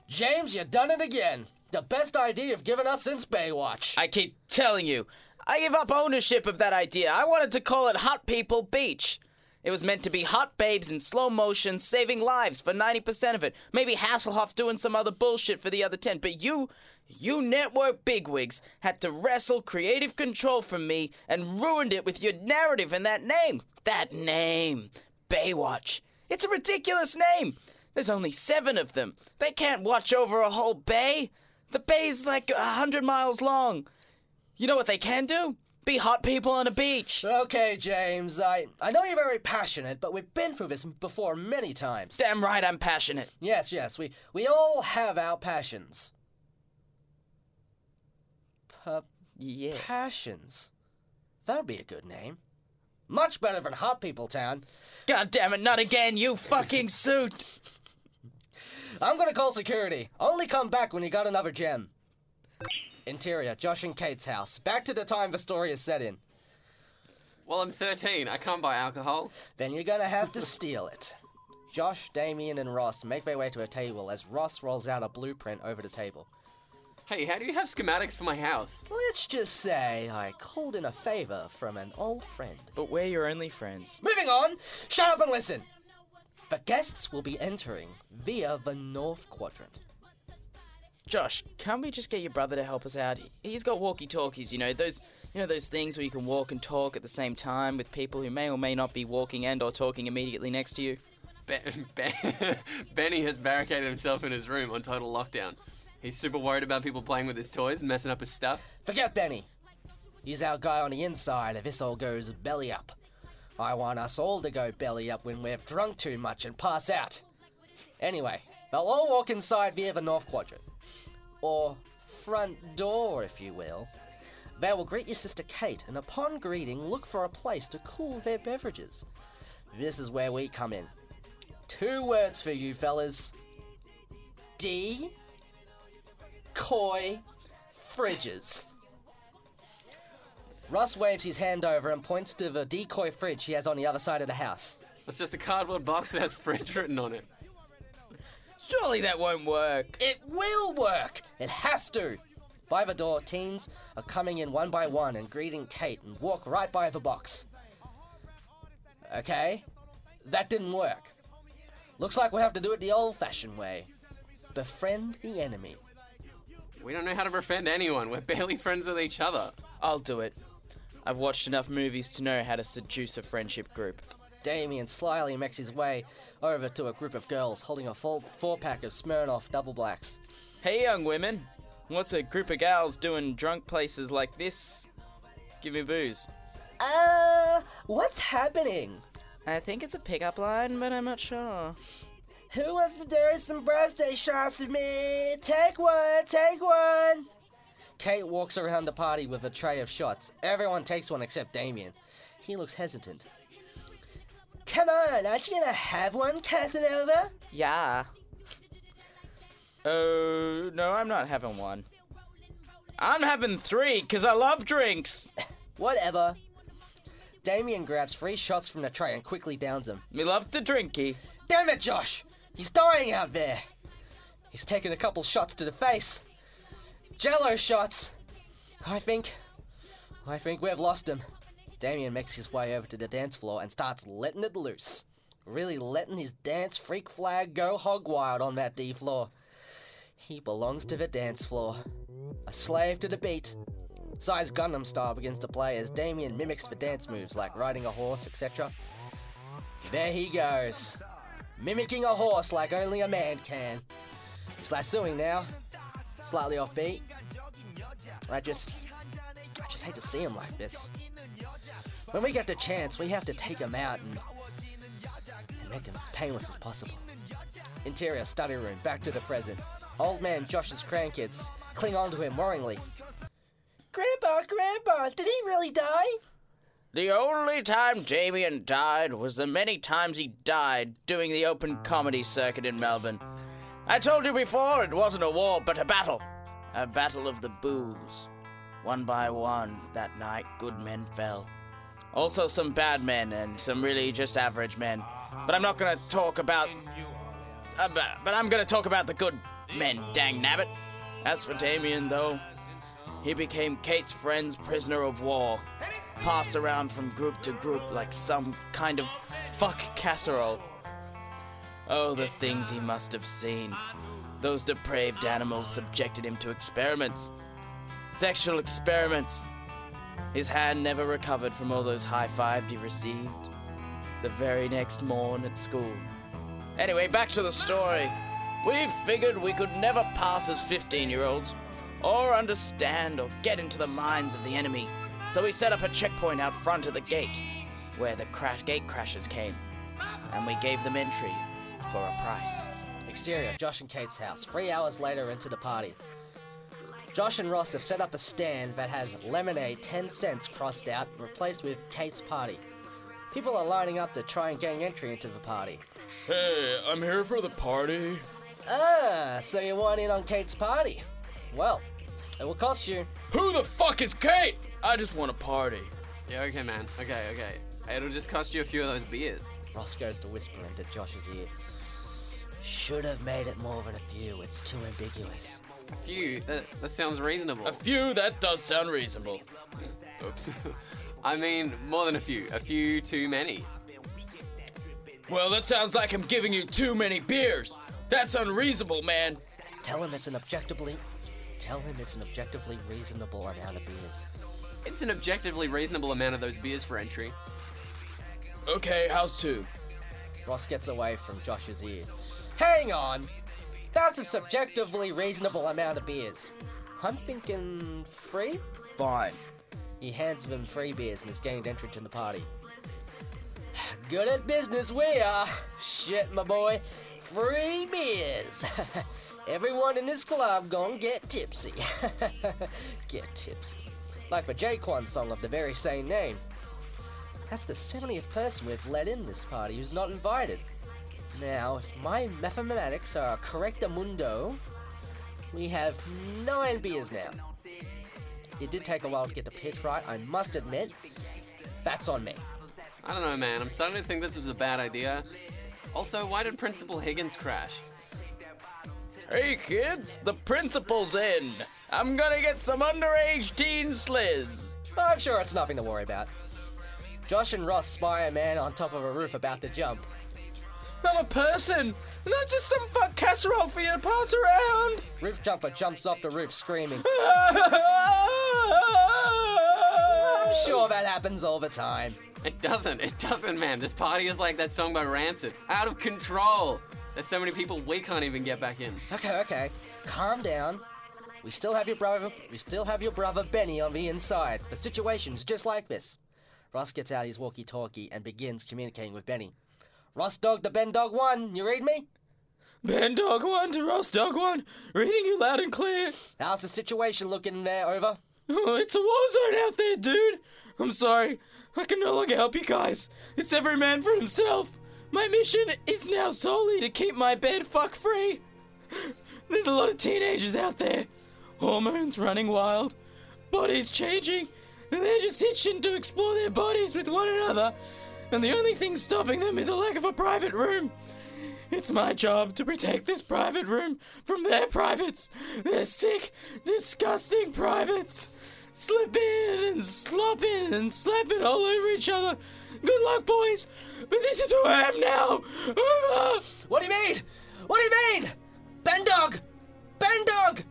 S2: James, you done it again. The best idea you've given us since Baywatch.
S4: I keep telling you, I give up ownership of that idea. I wanted to call it Hot People Beach. It was meant to be hot babes in slow motion saving lives for 90% of it. Maybe Hasselhoff doing some other bullshit for the other 10. But you, you network bigwigs, had to wrestle creative control from me and ruined it with your narrative and that name. That name. Baywatch. It's a ridiculous name. There's only seven of them. They can't watch over a whole bay. The bay's like a hundred miles long. You know what they can do? Be hot people on a beach.
S2: Okay, James, I, I know you're very passionate, but we've been through this before many times.
S4: Damn right I'm passionate.
S2: Yes, yes, we, we all have our passions. Pa-
S4: Yeah.
S2: passions? That would be a good name. Much better than Hot People Town.
S4: God damn it, not again, you fucking suit.
S2: I'm gonna call security. Only come back when you got another gem. Interior, Josh and Kate's house. Back to the time the story is set in.
S5: Well, I'm 13. I can't buy alcohol.
S2: Then you're gonna have to steal it. Josh, Damien, and Ross make their way to a table as Ross rolls out a blueprint over the table.
S5: Hey, how do you have schematics for my house?
S2: Let's just say I called in a favor from an old friend.
S4: But we're your only friends.
S2: Moving on, shut up and listen. The guests will be entering via the North Quadrant.
S4: Josh, can't we just get your brother to help us out? He- He's got walkie talkies, you know, those you know those things where you can walk and talk at the same time with people who may or may not be walking and or talking immediately next to you.
S5: Ben, ben, Benny has barricaded himself in his room on total lockdown. He's super worried about people playing with his toys and messing up his stuff.
S2: Forget Benny. He's our guy on the inside if this all goes belly up. I want us all to go belly up when we've drunk too much and pass out. Anyway, they'll all walk inside via the North Quadrant. Or front door, if you will. They will greet your sister Kate and upon greeting look for a place to cool their beverages. This is where we come in. Two words for you fellas. D Coy fridges. Russ waves his hand over and points to the decoy fridge he has on the other side of the house.
S5: It's just a cardboard box that has French written on it.
S4: Surely that won't work.
S2: It will work! It has to! By the door, teens are coming in one by one and greeting Kate and walk right by the box. Okay? That didn't work. Looks like we have to do it the old fashioned way befriend the enemy.
S5: We don't know how to befriend anyone. We're barely friends with each other.
S4: I'll do it. I've watched enough movies to know how to seduce a friendship group.
S2: Damien slyly makes his way over to a group of girls holding a full four pack of Smirnoff double blacks.
S4: Hey, young women, what's a group of gals doing drunk places like this? Give me booze.
S2: Uh, what's happening?
S4: I think it's a pickup line, but I'm not sure.
S2: Who wants to do some birthday shots with me? Take one, take one. Kate walks around the party with a tray of shots. Everyone takes one except Damien. He looks hesitant. Come on, aren't you gonna have one, Casanova?
S4: Yeah. Oh, no, I'm not having one. I'm having three, because I love drinks.
S2: Whatever. Damien grabs three shots from the tray and quickly downs them.
S4: Me love to drinky.
S2: Damn it, Josh! He's dying out there! He's taken a couple shots to the face. Jello shots! I think. I think we've lost him. Damien makes his way over to the dance floor and starts letting it loose. Really letting his dance freak flag go hog wild on that D floor. He belongs to the dance floor. A slave to the beat. Size Gundam style begins to play as Damien mimics the dance moves like riding a horse, etc. There he goes mimicking a horse like only a man can. Slashing now, slightly offbeat. I just, I just hate to see him like this. When we get the chance, we have to take him out and, and make him as painless as possible. Interior study room, back to the present. Old man Josh's grandkids cling on to him worryingly. Grandpa, Grandpa, did he really die?
S4: The only time Damien died was the many times he died doing the open comedy circuit in Melbourne. I told you before it wasn't a war, but a battle. A battle of the booze. One by one, that night, good men fell. Also, some bad men and some really just average men. But I'm not gonna talk about. about but I'm gonna talk about the good men, dang nabbit. As for Damien, though, he became Kate's friend's prisoner of war, passed around from group to group like some kind of fuck casserole. Oh, the things he must have seen. Those depraved animals subjected him to experiments. Sexual experiments. His hand never recovered from all those high fives he received the very next morn at school. Anyway, back to the story. We figured we could never pass as 15 year olds or understand or get into the minds of the enemy. So we set up a checkpoint out front of the gate, where the crash gate crashers came, and we gave them entry for a price.
S2: Exterior, Josh and Kate's house, three hours later into the party. Josh and Ross have set up a stand that has lemonade 10 cents crossed out, replaced with Kate's party. People are lining up to try and gain entry into the party.
S6: Hey, I'm here for the party.
S2: Ah, so you want in on Kate's party? Well, it will cost you.
S6: Who the fuck is Kate? I just want a party.
S5: Yeah, okay, man. Okay, okay. It'll just cost you a few of those beers.
S2: Ross goes to whisper into Josh's ear. Should have made it more than a few, it's too ambiguous.
S5: A few. That, that sounds reasonable.
S6: A few, that does sound reasonable.
S5: Oops. I mean, more than a few. A few too many.
S6: Well, that sounds like I'm giving you too many beers. That's unreasonable, man.
S2: Tell him it's an objectively. Tell him it's an objectively reasonable amount of beers.
S5: It's an objectively reasonable amount of those beers for entry.
S6: Okay, house two.
S2: Ross gets away from Josh's ear. Hang on! That's a subjectively reasonable amount of beers. I'm thinking free?
S4: Fine.
S2: He hands him free beers and has gained entrance in the party. Good at business we are! Shit, my boy. Free beers! Everyone in this club gonna get tipsy. get tipsy. Like the Jaquan song of the very same name. That's the 70th person we've let in this party who's not invited. Now, if my mathematics are correct mundo, we have nine beers now. It did take a while to get the pitch right, I must admit. That's on me.
S5: I don't know, man. I'm starting to think this was a bad idea. Also, why did Principal Higgins crash?
S4: Hey kids, the principal's in. I'm gonna get some underage teen sliz.
S2: But I'm sure it's nothing to worry about. Josh and Ross spy a man on top of a roof about to jump.
S4: I'm a person, not just some fuck casserole for you to pass around.
S2: Roof jumper jumps off the roof screaming. I'm sure that happens all the time.
S5: It doesn't. It doesn't, man. This party is like that song by Rancid. Out of control. There's so many people we can't even get back in.
S2: Okay, okay. Calm down. We still have your brother. We still have your brother Benny on the inside. The situation's just like this. Ross gets out his walkie-talkie and begins communicating with Benny. Ross dog the Ben dog one. You read me?
S4: Ben dog one to Ross dog one, reading you loud and clear.
S2: How's the situation looking there? Over.
S4: Oh, it's a war zone out there, dude. I'm sorry, I can no longer help you guys. It's every man for himself. My mission is now solely to keep my bed fuck free. There's a lot of teenagers out there, hormones running wild, bodies changing, and they're just itching to explore their bodies with one another. And the only thing stopping them is a lack of a private room. It's my job to protect this private room from their privates, their sick, disgusting privates. Slip in and slop in and slap it all over each other. Good luck, boys, but this is who I am now. Over.
S2: What do you mean? What do you mean? Ben dog, Ben dog,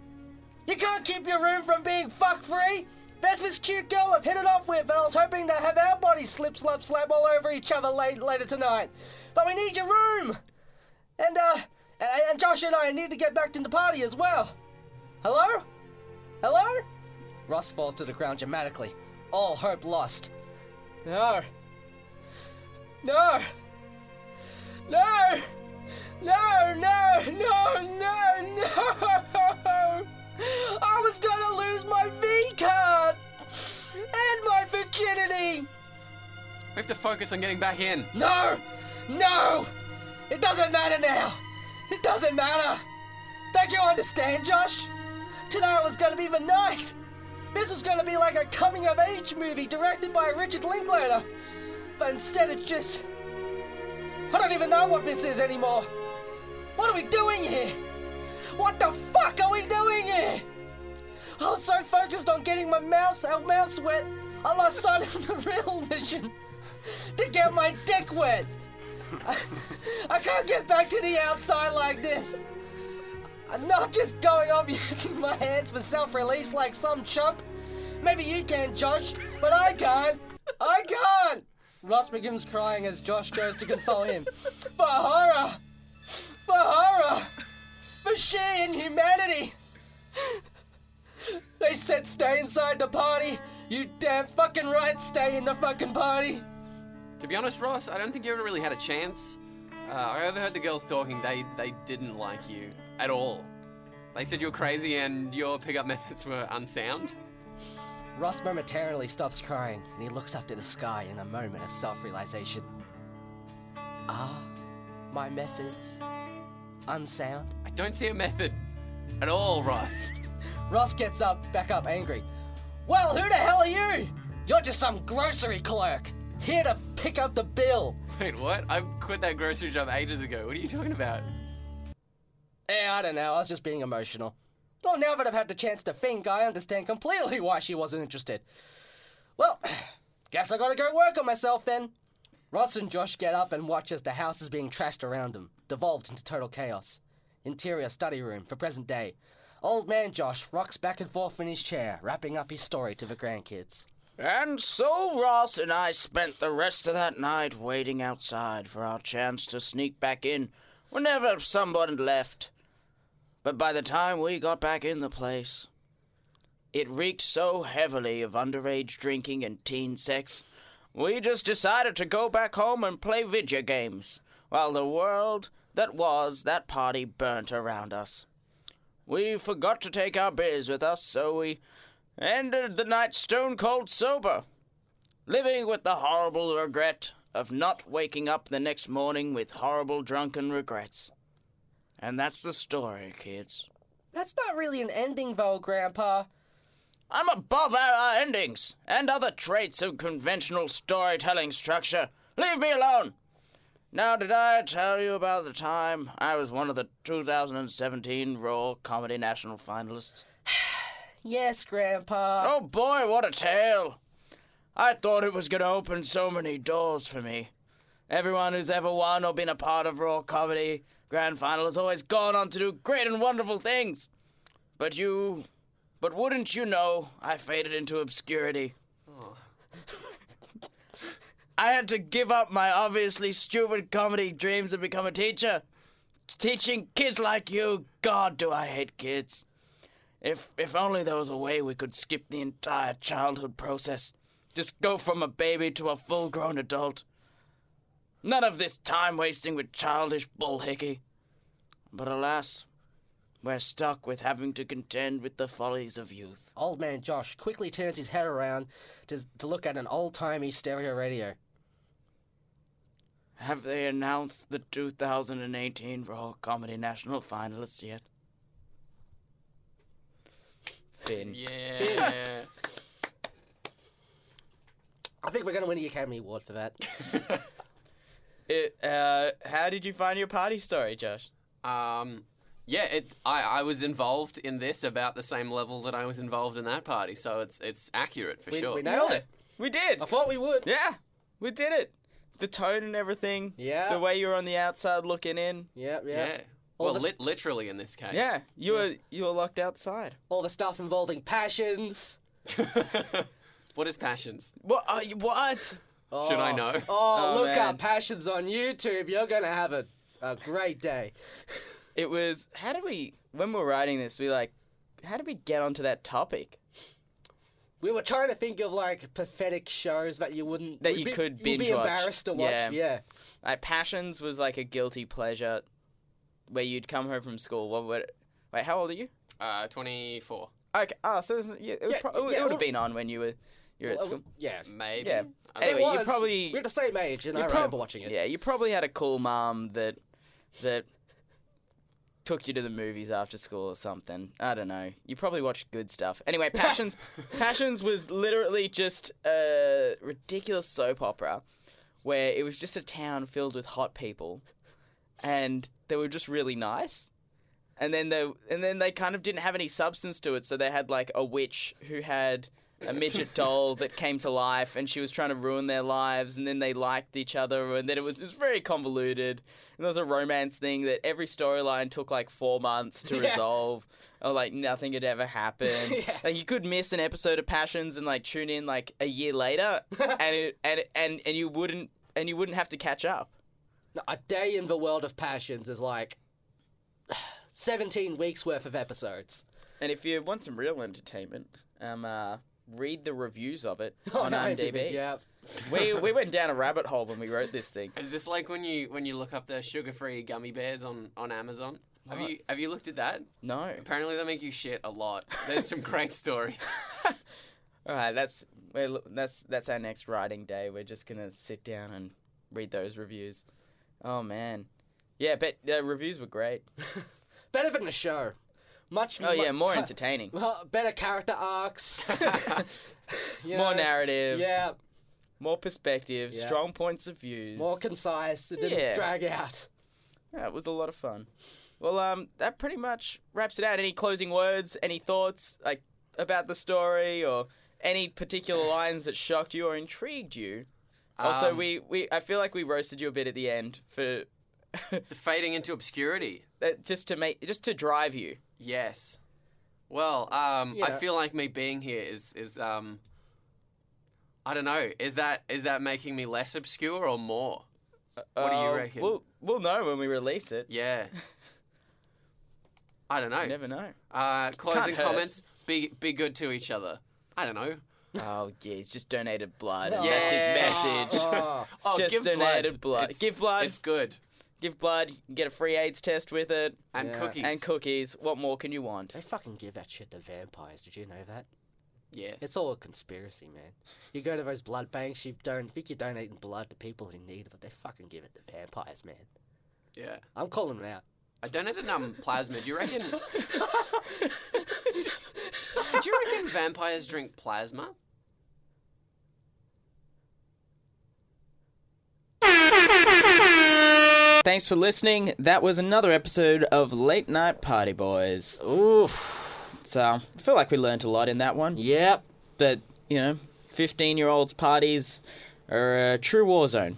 S2: you can't keep your room from being fuck free. That's this cute girl I've hit it off with, and I was hoping to have our bodies slip, slap, slap all over each other late, later tonight. But we need your room, and uh, and, and Josh and I need to get back to the party as well. Hello, hello. Ross falls to the ground dramatically, all hope lost. No, no, no, no, no, no, no, no. I was gonna lose my V card and my virginity.
S5: We have to focus on getting back in.
S2: No! No! It doesn't matter now! It doesn't matter! Don't you understand, Josh? Tonight was gonna be the night! This was gonna be like a coming of age movie directed by Richard Linklater! But instead, it's just. I don't even know what this is anymore! What are we doing here? What the fuck are we doing here? I was so focused on getting my mouth, our mouths wet, I lost sight of the real mission to get my dick wet. I, I can't get back to the outside like this. I'm not just going off using my hands for self release like some chump. Maybe you can, Josh, but I can't. I can't! Ross begins crying as Josh goes to console him. For horror! For horror! For sheer inhumanity! They said stay inside the party! You damn fucking right, stay in the fucking party!
S5: To be honest, Ross, I don't think you ever really had a chance. Uh, I overheard the girls talking. They they didn't like you at all. They said you were crazy and your pickup methods were unsound.
S2: Ross momentarily stops crying and he looks up to the sky in a moment of self realization. Ah, my methods. Unsound.
S5: I don't see a method at all, Ross.
S2: Ross gets up, back up, angry. Well, who the hell are you? You're just some grocery clerk, here to pick up the bill.
S5: Wait, what? I quit that grocery job ages ago. What are you talking about?
S2: Eh, I don't know, I was just being emotional. Well, now that I've had the chance to think, I understand completely why she wasn't interested. Well, guess I gotta go work on myself then. Ross and Josh get up and watch as the house is being trashed around them, devolved into total chaos. Interior study room for present day. Old man Josh rocks back and forth in his chair, wrapping up his story to the grandkids.
S4: And so Ross and I spent the rest of that night waiting outside for our chance to sneak back in whenever someone left. But by the time we got back in the place, it reeked so heavily of underage drinking and teen sex, we just decided to go back home and play video games while the world that was that party burnt around us. We forgot to take our beers with us, so we ended the night stone cold sober, living with the horrible regret of not waking up the next morning with horrible drunken regrets. And that's the story, kids.
S2: That's not really an ending, though, Grandpa.
S4: I'm above our, our endings and other traits of conventional storytelling structure. Leave me alone! Now, did I tell you about the time I was one of the 2017 Raw Comedy National finalists?
S2: Yes, Grandpa.
S4: Oh boy, what a tale! I thought it was gonna open so many doors for me. Everyone who's ever won or been a part of Raw Comedy Grand Final has always gone on to do great and wonderful things. But you. But wouldn't you know, I faded into obscurity. I had to give up my obviously stupid comedy dreams and become a teacher. Teaching kids like you, God, do I hate kids. If if only there was a way we could skip the entire childhood process. Just go from a baby to a full grown adult. None of this time wasting with childish bullhickey. But alas, we're stuck with having to contend with the follies of youth.
S2: Old man Josh quickly turns his head around to, to look at an old timey stereo radio.
S4: Have they announced the 2018 Raw Comedy National finalists yet? Finn.
S5: Yeah.
S2: I think we're going to win the Academy Award for that.
S4: It, uh, how did you find your party story, Josh?
S5: Um, yeah, it, I, I was involved in this about the same level that I was involved in that party, so it's it's accurate for
S2: We,
S5: sure.
S2: we nailed it.
S4: We did!
S2: I thought we would.
S4: Yeah, we did it. The tone and everything.
S2: Yeah.
S4: The way you were on the outside looking in.
S2: Yeah, yeah.
S5: Yeah.
S2: All
S5: Well,
S2: this-
S5: lit literally in this case.
S4: Yeah, you were you were locked outside.
S2: All the stuff involving passions.
S5: what is passions?
S4: What? Are you, what?
S5: Should I
S2: Oh,
S5: know?
S2: Oh,
S4: Oh,
S2: look
S4: man.
S2: up passions on YouTube. You're going to have a, a great day.
S4: It was. How did we? When we were writing this, we like. How did we get onto that topic?
S2: We were trying to think of like pathetic shows that you wouldn't
S4: That
S2: would
S4: you
S2: be,
S4: could
S2: you'd be
S4: binge watch.
S2: embarrassed to watch.
S4: Yeah.
S2: yeah.
S4: Like passions was like a guilty pleasure, where you'd come home from school. What would? Wait, how old are you?
S5: Uh, 24.
S4: Okay. Oh, so this, is- yeah, it,
S2: Yeah,
S4: would pro-
S2: yeah,
S4: it would
S2: well-
S4: have been on when you were you were at
S2: Well,
S4: school.
S2: yeah.
S5: Maybe.
S4: Yeah.
S5: I don't
S4: Anyway,
S5: know.
S4: you
S2: was-
S4: probably-
S2: we're the same age, and I
S4: You prob-
S2: remember watching it.
S4: Yeah, you probably had a cool mom that that took you to the movies after school or something. I don't know. You probably watched good stuff. Anyway, Passions Passions was literally just a ridiculous soap opera where it was just a town filled with hot people and they were just really nice. And then they and then they kind of didn't have any substance to it, so they had like a witch who had a midget doll that came to life and she was trying to ruin their lives and then they liked each other and then it was it was very convoluted. And there was a romance thing that every storyline took like four months to
S2: Yeah.
S4: resolve. Or like nothing had ever happened.
S2: Yes.
S4: Like you could miss an episode of Passions and like tune in like a year later and it, and and and you wouldn't and you wouldn't have to catch up.
S2: No, A day in the world of passions is like seventeen weeks worth of episodes.
S4: And if you want some real entertainment, um, uh, read the reviews of it
S2: Oh,
S4: on IMDb.
S2: Yeah.
S4: we we went down a rabbit hole when we wrote this thing.
S5: Is this like when you when you look up the sugar-free gummy bears on, on Amazon? Have you have you looked at that?
S4: No,
S5: Apparently they make you shit a lot. There's some great stories.
S4: all right, that's we're, l- that's that's our next writing day. We're just gonna sit down and read those reviews. Oh man, yeah, but the reviews were great.
S2: Better than the show. Much.
S4: Oh yeah,
S2: mu-
S4: more
S2: ti-
S4: entertaining,
S2: Well, better character arcs. You
S4: more
S2: know?
S4: narrative,
S2: Yeah.
S4: more perspective,
S2: Yeah.
S4: strong points of views.
S2: More concise. It didn't
S4: Yeah.
S2: drag out.
S4: Yeah, it was a lot of fun. Well, um, that pretty much wraps it out. Any closing words? Any thoughts like about the story or any particular lines that shocked you or intrigued you? Also,
S5: Um,
S4: we, we I feel like we roasted you a bit at the end for
S5: The fading into obscurity.
S4: that just to make just to drive you.
S5: Yes. Well, um, I
S2: Yeah.
S5: feel like me being here is is um, I don't know. Is that is that making me less obscure or more? What do you
S4: Uh,
S5: reckon?
S4: We'll we'll know when we release it.
S5: Yeah. I don't know.
S4: You never know.
S5: Uh, closing
S4: Can't hurt.
S5: comments. Be be good to each other. I don't know.
S4: Oh, yeah, he's just donated blood.
S2: Oh.
S4: and That's
S5: Yeah.
S4: his message.
S2: Oh,
S5: Oh,
S4: just
S5: give
S4: donated blood.
S5: It's,
S4: give blood.
S5: it's good.
S4: Give blood. You can get a free AIDS test with it.
S5: And
S2: Yeah.
S5: cookies.
S4: And cookies. What more can you want?
S2: they fucking give that shit to vampires. Did you know that?
S5: Yes.
S2: It's all a conspiracy, man. You go to those blood banks, you don't think you're donating blood to people in need, but they fucking give it to vampires, man.
S5: yeah.
S2: I'm calling them out.
S5: I donated um plasma. Do you reckon? do you reckon vampires drink plasma?
S1: Thanks for listening. That was another episode of Late Night Party Boys.
S2: Oof.
S1: So I feel like we learnt a lot in that one.
S2: Yep.
S1: That you know, fifteen-year-olds' parties are a true war zone.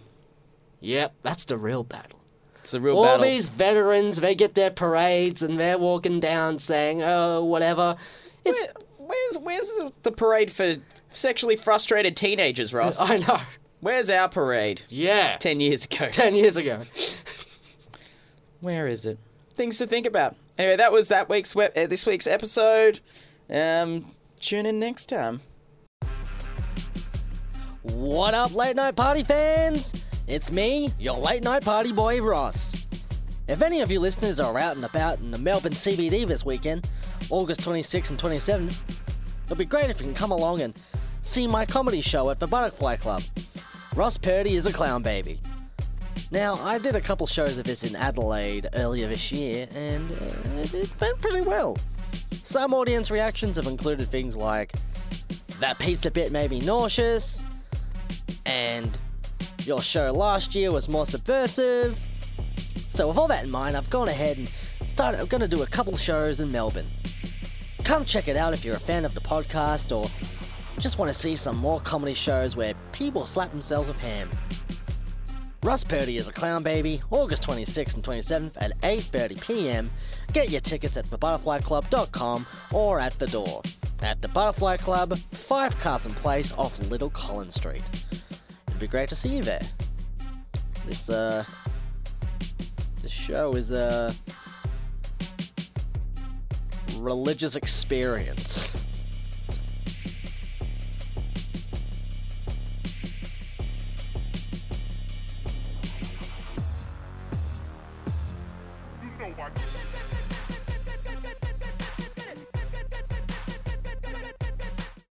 S2: Yep. That's the real battle.
S1: It's a real
S2: all
S1: battle.
S2: these veterans, they get their parades and they're walking down saying, oh, whatever. It's.
S1: Where- Where's where's the parade for sexually frustrated teenagers, Ross?
S2: I know.
S1: Where's our parade?
S2: Yeah.
S1: Ten years ago.
S2: Ten years ago.
S1: Where is it? Things to think about. Anyway, that was that week's web- uh, this week's episode. Um, tune in next time.
S2: What up, late night party fans? It's me, your late night party boy, Ross. If any of you listeners are out and about in the Melbourne CBD this weekend, August 26th and 27th, it'd be great if you can come along and see my comedy show at the Butterfly Club. Ross Purdy is a clown baby. Now, I did a couple shows of this in Adelaide earlier this year, and uh, it went pretty well. Some audience reactions have included things like, That pizza bit made me nauseous, and your show last year was more subversive. So with all that in mind, I've gone ahead and started. I'm going to do a couple shows in Melbourne. Come check it out if you're a fan of the podcast or just want to see some more comedy shows where people slap themselves with ham. Russ Purdy is a clown baby. August 26th and 27th at 8:30 p.m. Get your tickets at thebutterflyclub.com or at the door at the Butterfly Club, Five Carson Place, off Little Collins Street. It'd be great to see you there. This uh, this show is a religious experience.